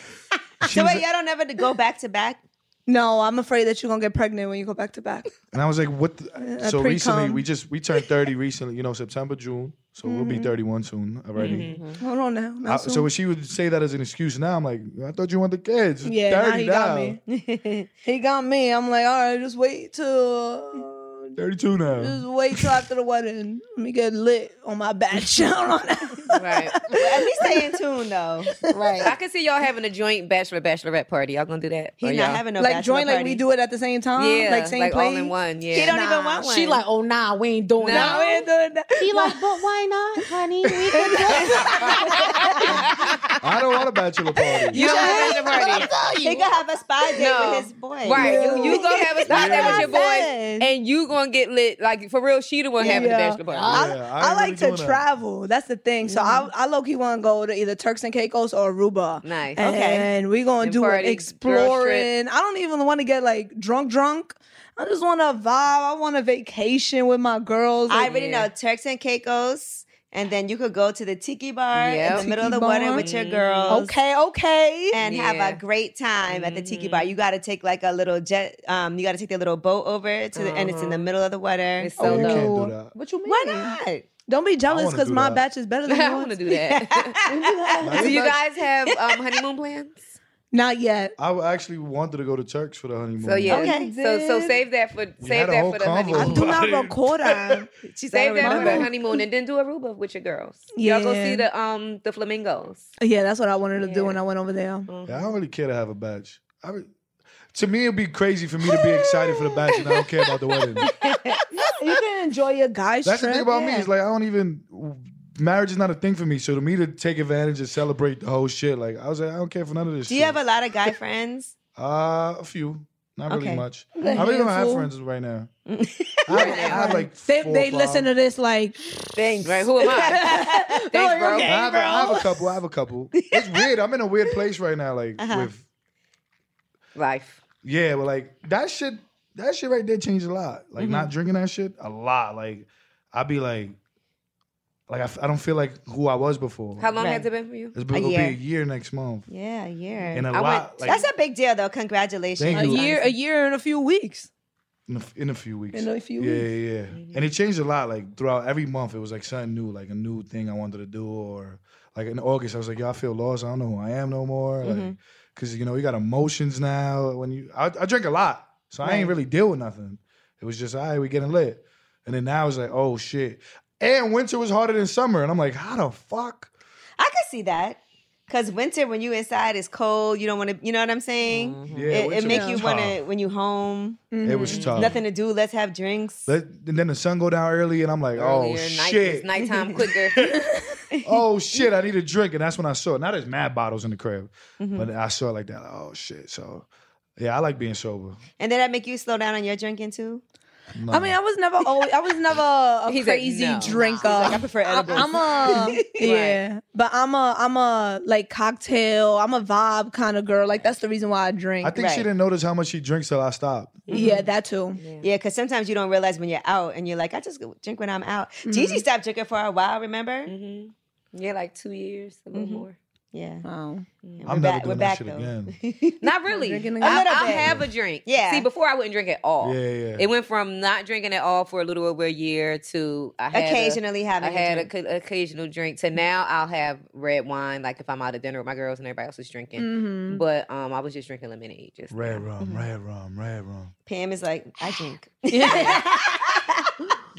sure.
So wait, y'all don't ever go back to back?
No, I'm afraid that you're gonna get pregnant when you go back
*laughs*
to back.
*laughs* And I was like, what? The?
Uh,
So recently,
pre-cum.
we just we turned thirty recently. You know, September, June. So we'll be thirty-one soon already.
Mm-hmm.
Hold on now.
I-
Mm-hmm. Not
Uh, so
soon.
when she would say that as an excuse now, I'm like, I thought you want the kids. It's
yeah, now
30
*laughs* he
now.
got me. he got me. I'm like, all right, just wait till
32 now.
Just wait till after the wedding. Let me get lit on my bad *laughs* shower.
right.
At least stay in tune though. Right.
I can see y'all having a joint bachelor bachelorette party. Y'all gonna do that?
He
Or
not
y'all-
having
like join like we
*laughs*
do it at the same time.
Yeah,
like same
like all
place.
in one, yeah. He don't even want
She
one.
like, oh nah, we ain't doing
Nah,
that.
we
ain't doing that.
He
*laughs*
like, but why not, honey? We can
I don't want a bachelor party.
You don't have a bachelor party.
He could have a spy date
No.
with his boy.
Right. You, you gonna have a spot
That's
there
what
with your
I'm
boy,
saying.
and you gonna get lit. Like for real, she the one having the
Yeah.
bachelor party.
I, I like to
*laughs*
travel. That's the thing. So I, I low key want to go to either Turks and Caicos or Aruba.
Nice.
Okay.
And we're going
Them
to do
party,
it
girl
exploring. I don't even want to get like drunk, drunk. I just want to vibe. I want a vacation with my girls.
I
Like,
already know Turks and Caicos, and then you could go to the tiki bar in
Yep.
the middle of the
Tiki
water
bar.
with your girls.
Okay, okay.
And have a
Yeah. Mm-hmm.
great time at the tiki bar. You got to take like a little jet. Um, you got to take the little boat over to the, and it's in
Uh-huh.
the middle of the water. It's
so Oh, you dope.
can't do that.
What you mean?
Why not?
Don't be jealous
wanna
because
do
my
that.
batch is
*laughs*
better than
I
yours.
wanna do that. do you guys have um, honeymoon plans?
Not yet.
I actually wanted to go to Turks for the honeymoon.
So yeah.
Okay.
So so save that for
had
save
a
that
whole
for the
convo
honeymoon.
I do not about it.
record
*laughs*
on.
save that for the
remember.
honeymoon, and then do Aruba with your girls. Y'all go
Yeah.
see the um the flamingos.
*laughs* Yeah, that's what I wanted to do when I went over there.
Yeah, I don't really care to have a batch. I
*laughs*
re- *laughs* to me, it'd be crazy for me to be excited for the batch, and I don't care about the
*laughs*
wedding.
you can enjoy your guys.
That's the thing
trip.
about me
Yeah.
is like I don't even marriage is not a thing for me. So to me to take advantage and celebrate the whole shit, like I was like I don't care for none of this.
Do you
shit.
have a lot of
*laughs*
guy friends?
Uh, a few, not really
Okay.
much.
A
I really don't have
handful.
friends right now. I, I have like
*laughs* they,
four or
they
five.
listen to this like
thanks right who am
*laughs*
I
Thanks, They're like,
I
bro. okay,
have, a- I have
bro.
a couple. I have a couple. It's weird. I'm in a weird place right now. Like
Uh-huh.
with
life.
Yeah, but like that shit. That shit right there changed a lot. Like not drinking that shit a lot. Like I'd be like, like I, f- I don't feel like who I was before.
How long has it been for you?
It's been,
A
gonna be
year.
a year next month.
Yeah, a year.
And a I lot, went- like-
That's a big deal, though. Congratulations.
Thank
on
you.
your
year, a year and a few weeks.
In a, f- in a few weeks.
In a few
yeah,
weeks.
Yeah, yeah. And it changed a lot. Like throughout every month, it was like something new, like a new thing I wanted to do, or like in August, I was like, "Yo, I feel lost. I don't know who I am no more." Like,
Mm-hmm.
Mhm.
because you know you got emotions now. When you, I, I drink a lot, so I ain't
Right.
really deal with nothing. It was just, all right, we getting lit. And then now it's like, oh shit. And winter was harder than summer, and I'm like, how the fuck?
I could see that. Cause winter, when you inside, it's cold. You don't want to. You know what I'm saying?
Yeah,
it, it
winter
make
was
you
tough.
want to when you home.
Mm-hmm. It was
Mm-hmm.
tough.
Nothing to do. Let's have drinks.
Let, and then the sun go down early, and I'm like, oh
Earlier, night-
shit. *laughs*
it's nighttime quicker.
oh shit, I need a drink. And that's when I saw it. Now there's mad bottles in the crib. But I saw it like that. Like, oh shit. So yeah, I like being sober.
And did that make you slow down on your drinking too?
No.
I mean, I was never always, I was never a
He's like,
crazy
no.
drinker.
like, I prefer edibles.
am a yeah,
*laughs* Right.
but I'm a I'm a like cocktail. I'm a vibe kind of girl. Like that's the reason why I drink.
I think she didn't notice how much she drinks till I stopped.
*laughs* Yeah, that too.
Yeah, because sometimes you don't realize when you're out, and you're like, I just go drink when I'm out.
Mm-hmm.
Gigi stopped drinking for a while. Remember?
Mm-hmm. Yeah, like two years, a little
Mhm.
more.
Yeah.
Wow.
I'm never doing that shit again.
Not really.
Drinking
I,
a little
I'll
bit.
have a drink.
Yeah.
See, before I wouldn't drink at all.
Yeah, yeah.
It went from not drinking at all for a little over a year to I had a-
Occasionally having
I
a
had
drink.
co- occasional drink to now I'll have red wine like if I'm out at dinner with my girls and everybody else is drinking.
Mhm.
But um, I was just drinking lemonade. Just
Red rum, red rum, red rum.
Pam is like,
*laughs*
I drink.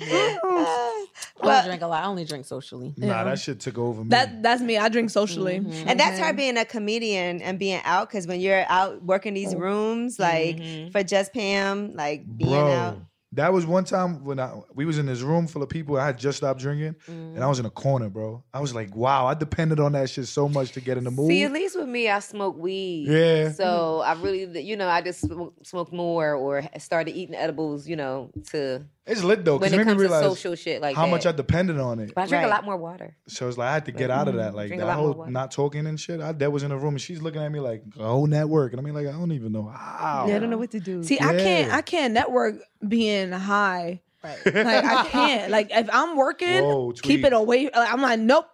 Uh,
I don't drink a lot. I only drink socially.
Nah, that shit took over me. Mm-hmm.
That that's me. I drink socially,
And that's her being a comedian and being out because when you're out working
Oh.
these rooms, like
Mm-hmm.
for just Pam, like being out.
Bro. That was one time when I we was in this room full of people. I had just stopped drinking, and I was in a corner, bro. I was like, "Wow, I depended on that shit so much to get in the mood."
See, at least with me, I smoke weed.
Yeah.
So I really, you know, I just smoke, smoke more or started eating edibles, you know, to.
It's lit though, because
When
it made
it
me
comes to
realize
social shit like
how
that.
much I depended on it.
But I drink a lot more water.
So it's like I had to get out of that, like
mm, Drink a
that
lot more
whole
water.
not talking and shit. I that was in a room and she's looking at me like a whole network, and I mean like I don't even know how.
Yeah, I don't know what to do.
See, I can't
Oh, Yeah.
I can't network being high.
*laughs*
Like I can't. Like if I'm working,
Whoa,
keep it
tweet.
away. like, I'm like, nope.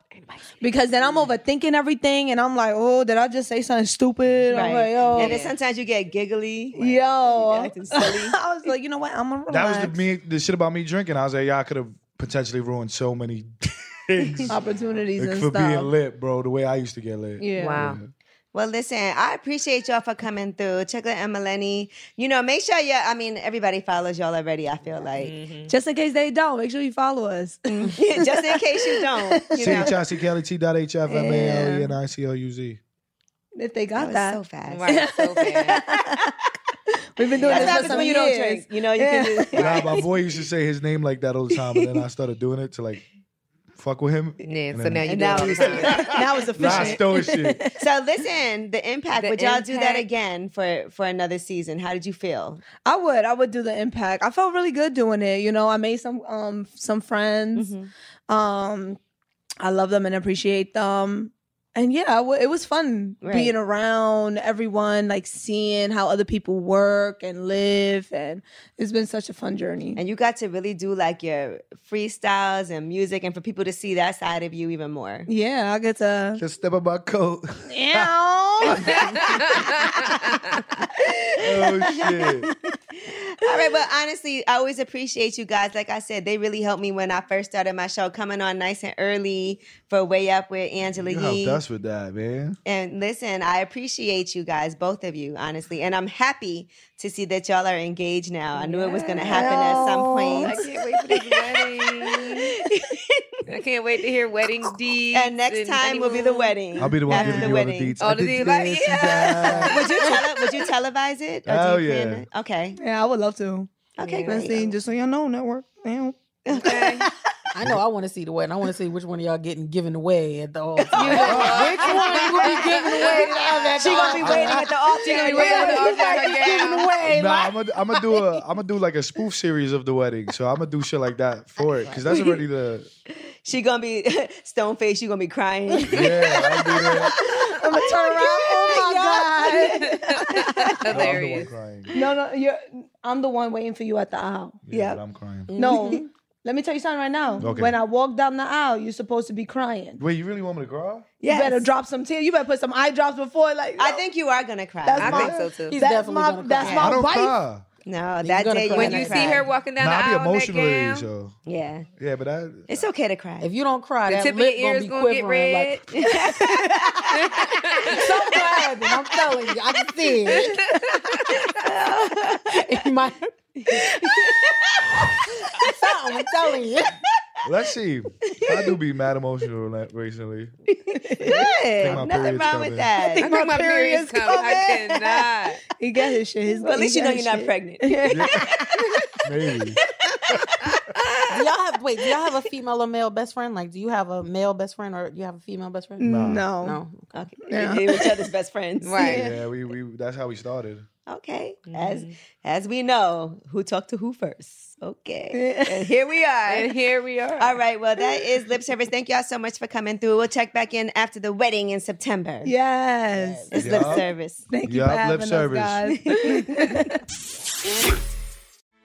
Because then I'm overthinking everything and I'm like, oh, did I just say something stupid? I'm like,
Right.
yo.
And then sometimes you get giggly.
Yo. *laughs* I
silly.
was like, you know what? I'm gonna
That was
relax.
the me the shit about me drinking. I was like, yeah, I could have potentially ruined so many *laughs* things
*laughs* Oh,
opportunities
like,
and
for
stuff.
being lit, bro. The way I used to get lit.
*laughs*
Yeah.
Wow.
Well, listen, I appreciate y'all for coming through. Chiclet and Melanie. You know, make sure you I mean, everybody follows y'all already, I feel like.
Just in case they don't, make sure you follow us. *laughs* Just
Mm. Just in case you don't.
*laughs*
You know.
C-H-I-C Kelly E T dot H-F-M-A-L-E and I-C-O-U-Z.
If they got
That
that.
was so
*laughs*
fast.
Right, so We've been doing
That's
this for
what happens
some
when you don't
years.
drink. You know, you can do
Nah,
*laughs*
my boy used to say his name like that all the time, and then I started doing it to like fuck with him. Yeah,
so now you
And now
do it all the
*laughs* it's
time.
now it's
Nah, I stole
*laughs*
his shit.
so listen, the impact.
The
would y'all do that
impact.
again for for another season? How did you feel?
I would. I would do the impact. I felt really good doing it. You know, I made some um some friends. Um I love them and appreciate them. And yeah, I wa- it was fun
Right.
being around everyone, like seeing how other people work and live and it's been such a fun journey.
And you got to really do like your freestyles and music, and for people to see that side of you
*laughs*
even more.
Yeah, I get to
just step up my coat.
oh
shit.
*laughs* All right, but honestly, I always appreciate you guys. Like I said, they really helped me when I first started my show, coming on nice and early for Way Up with Angela
You
Yee.
helped us with that, man.
And listen, I appreciate you guys, both of you, honestly. And I'm happy to see that y'all are engaged now. I knew it was going to happen at some
I
point.
can't wait for this wedding. *laughs* I can't wait to hear wedding deeds.
And next time will be the wedding.
I'll be the one
After
giving
the
you all the
wedding.
deets.
All
I
the
did
deets, like,
this
yeah.
and that.
*laughs* would you tele- would you televise it? Or do
Hell
you plan
yeah.
it? Okay.
Yeah, I would love to.
Okay,
Let's
great.
see, just so y'all know, network. Now.
I know I want to see the wedding. I want to see which one of y'all getting given away at the altar. Which one
know what?
you gonna be giving away? to have at
She
the
gonna be
altar?
waiting at
*laughs*
the altar.
She gonna be waiting at the altar.
Yeah,
Like,
yeah.
giving away.
Nah,
like-
I'm gonna I'm gonna do a I'm gonna do like a spoof series of the wedding, so I'm gonna do shit like that for it because that's already the
She gonna be *laughs* stone faced. You gonna be crying.
yeah. I'll do
*laughs*
that.
I'm gonna turn around. Oh my god.
*laughs* Hilarious.
No, no, you're. I'm the one waiting for you at the aisle. Yeah,
I'm crying.
Mm-hmm.
No, let me tell you something right now.
Okay.
When I walk down the aisle, you're supposed to be crying.
Wait, you really want me to cry?
You better drop some tears. You better put some eye drops before. Like
I think you are gonna cry.
That's
I
my-
think so too.
He's that's definitely my- gonna cry. that's my
I don't
wife.
cry.
No, Oh, that
gonna cry.
day you're
When
gonna
you see
cry.
her walking down
Nah,
the
I
aisle,
be
in that
emotional
gown,
already, so
Yeah,
yeah, but that
it's okay to cry.
If you don't cry,
the
that
tip of your
lip gonna
ears
be
gonna get
quivering.
red.
Like, *laughs* something happened. I'm telling you, I can see it. *laughs* you might. something. I'm telling you.
let's see. I do be mad emotional like, recently.
Good.
think my period's
Nothing wrong
coming.
with that.
I think my period's coming.
*laughs*
I
he got his shit. His,
Well, at least
he
you know
got his
you're not
*laughs*
shit.
pregnant. *laughs*
Maybe.
Do y'all have wait? Do y'all have a female or male best friend? Like, do you have a male best friend or do you have a female best friend?
Nah.
No.
No.
Okay.
Yeah.
They were each other's best friends.
Right.
Yeah, we, we that's how we started.
Okay. As
Mm-hmm.
as we know, who talked to who first. Okay. and here we are.
can't. And here we are.
All right. Well, that is lip service. Thank y'all so much for coming through. We'll check back in after the wedding in September.
Yes.
It's lip
Yup.
service.
Thank you
Yup,
for
lip
having
service.
us, guys.
*laughs*
*laughs*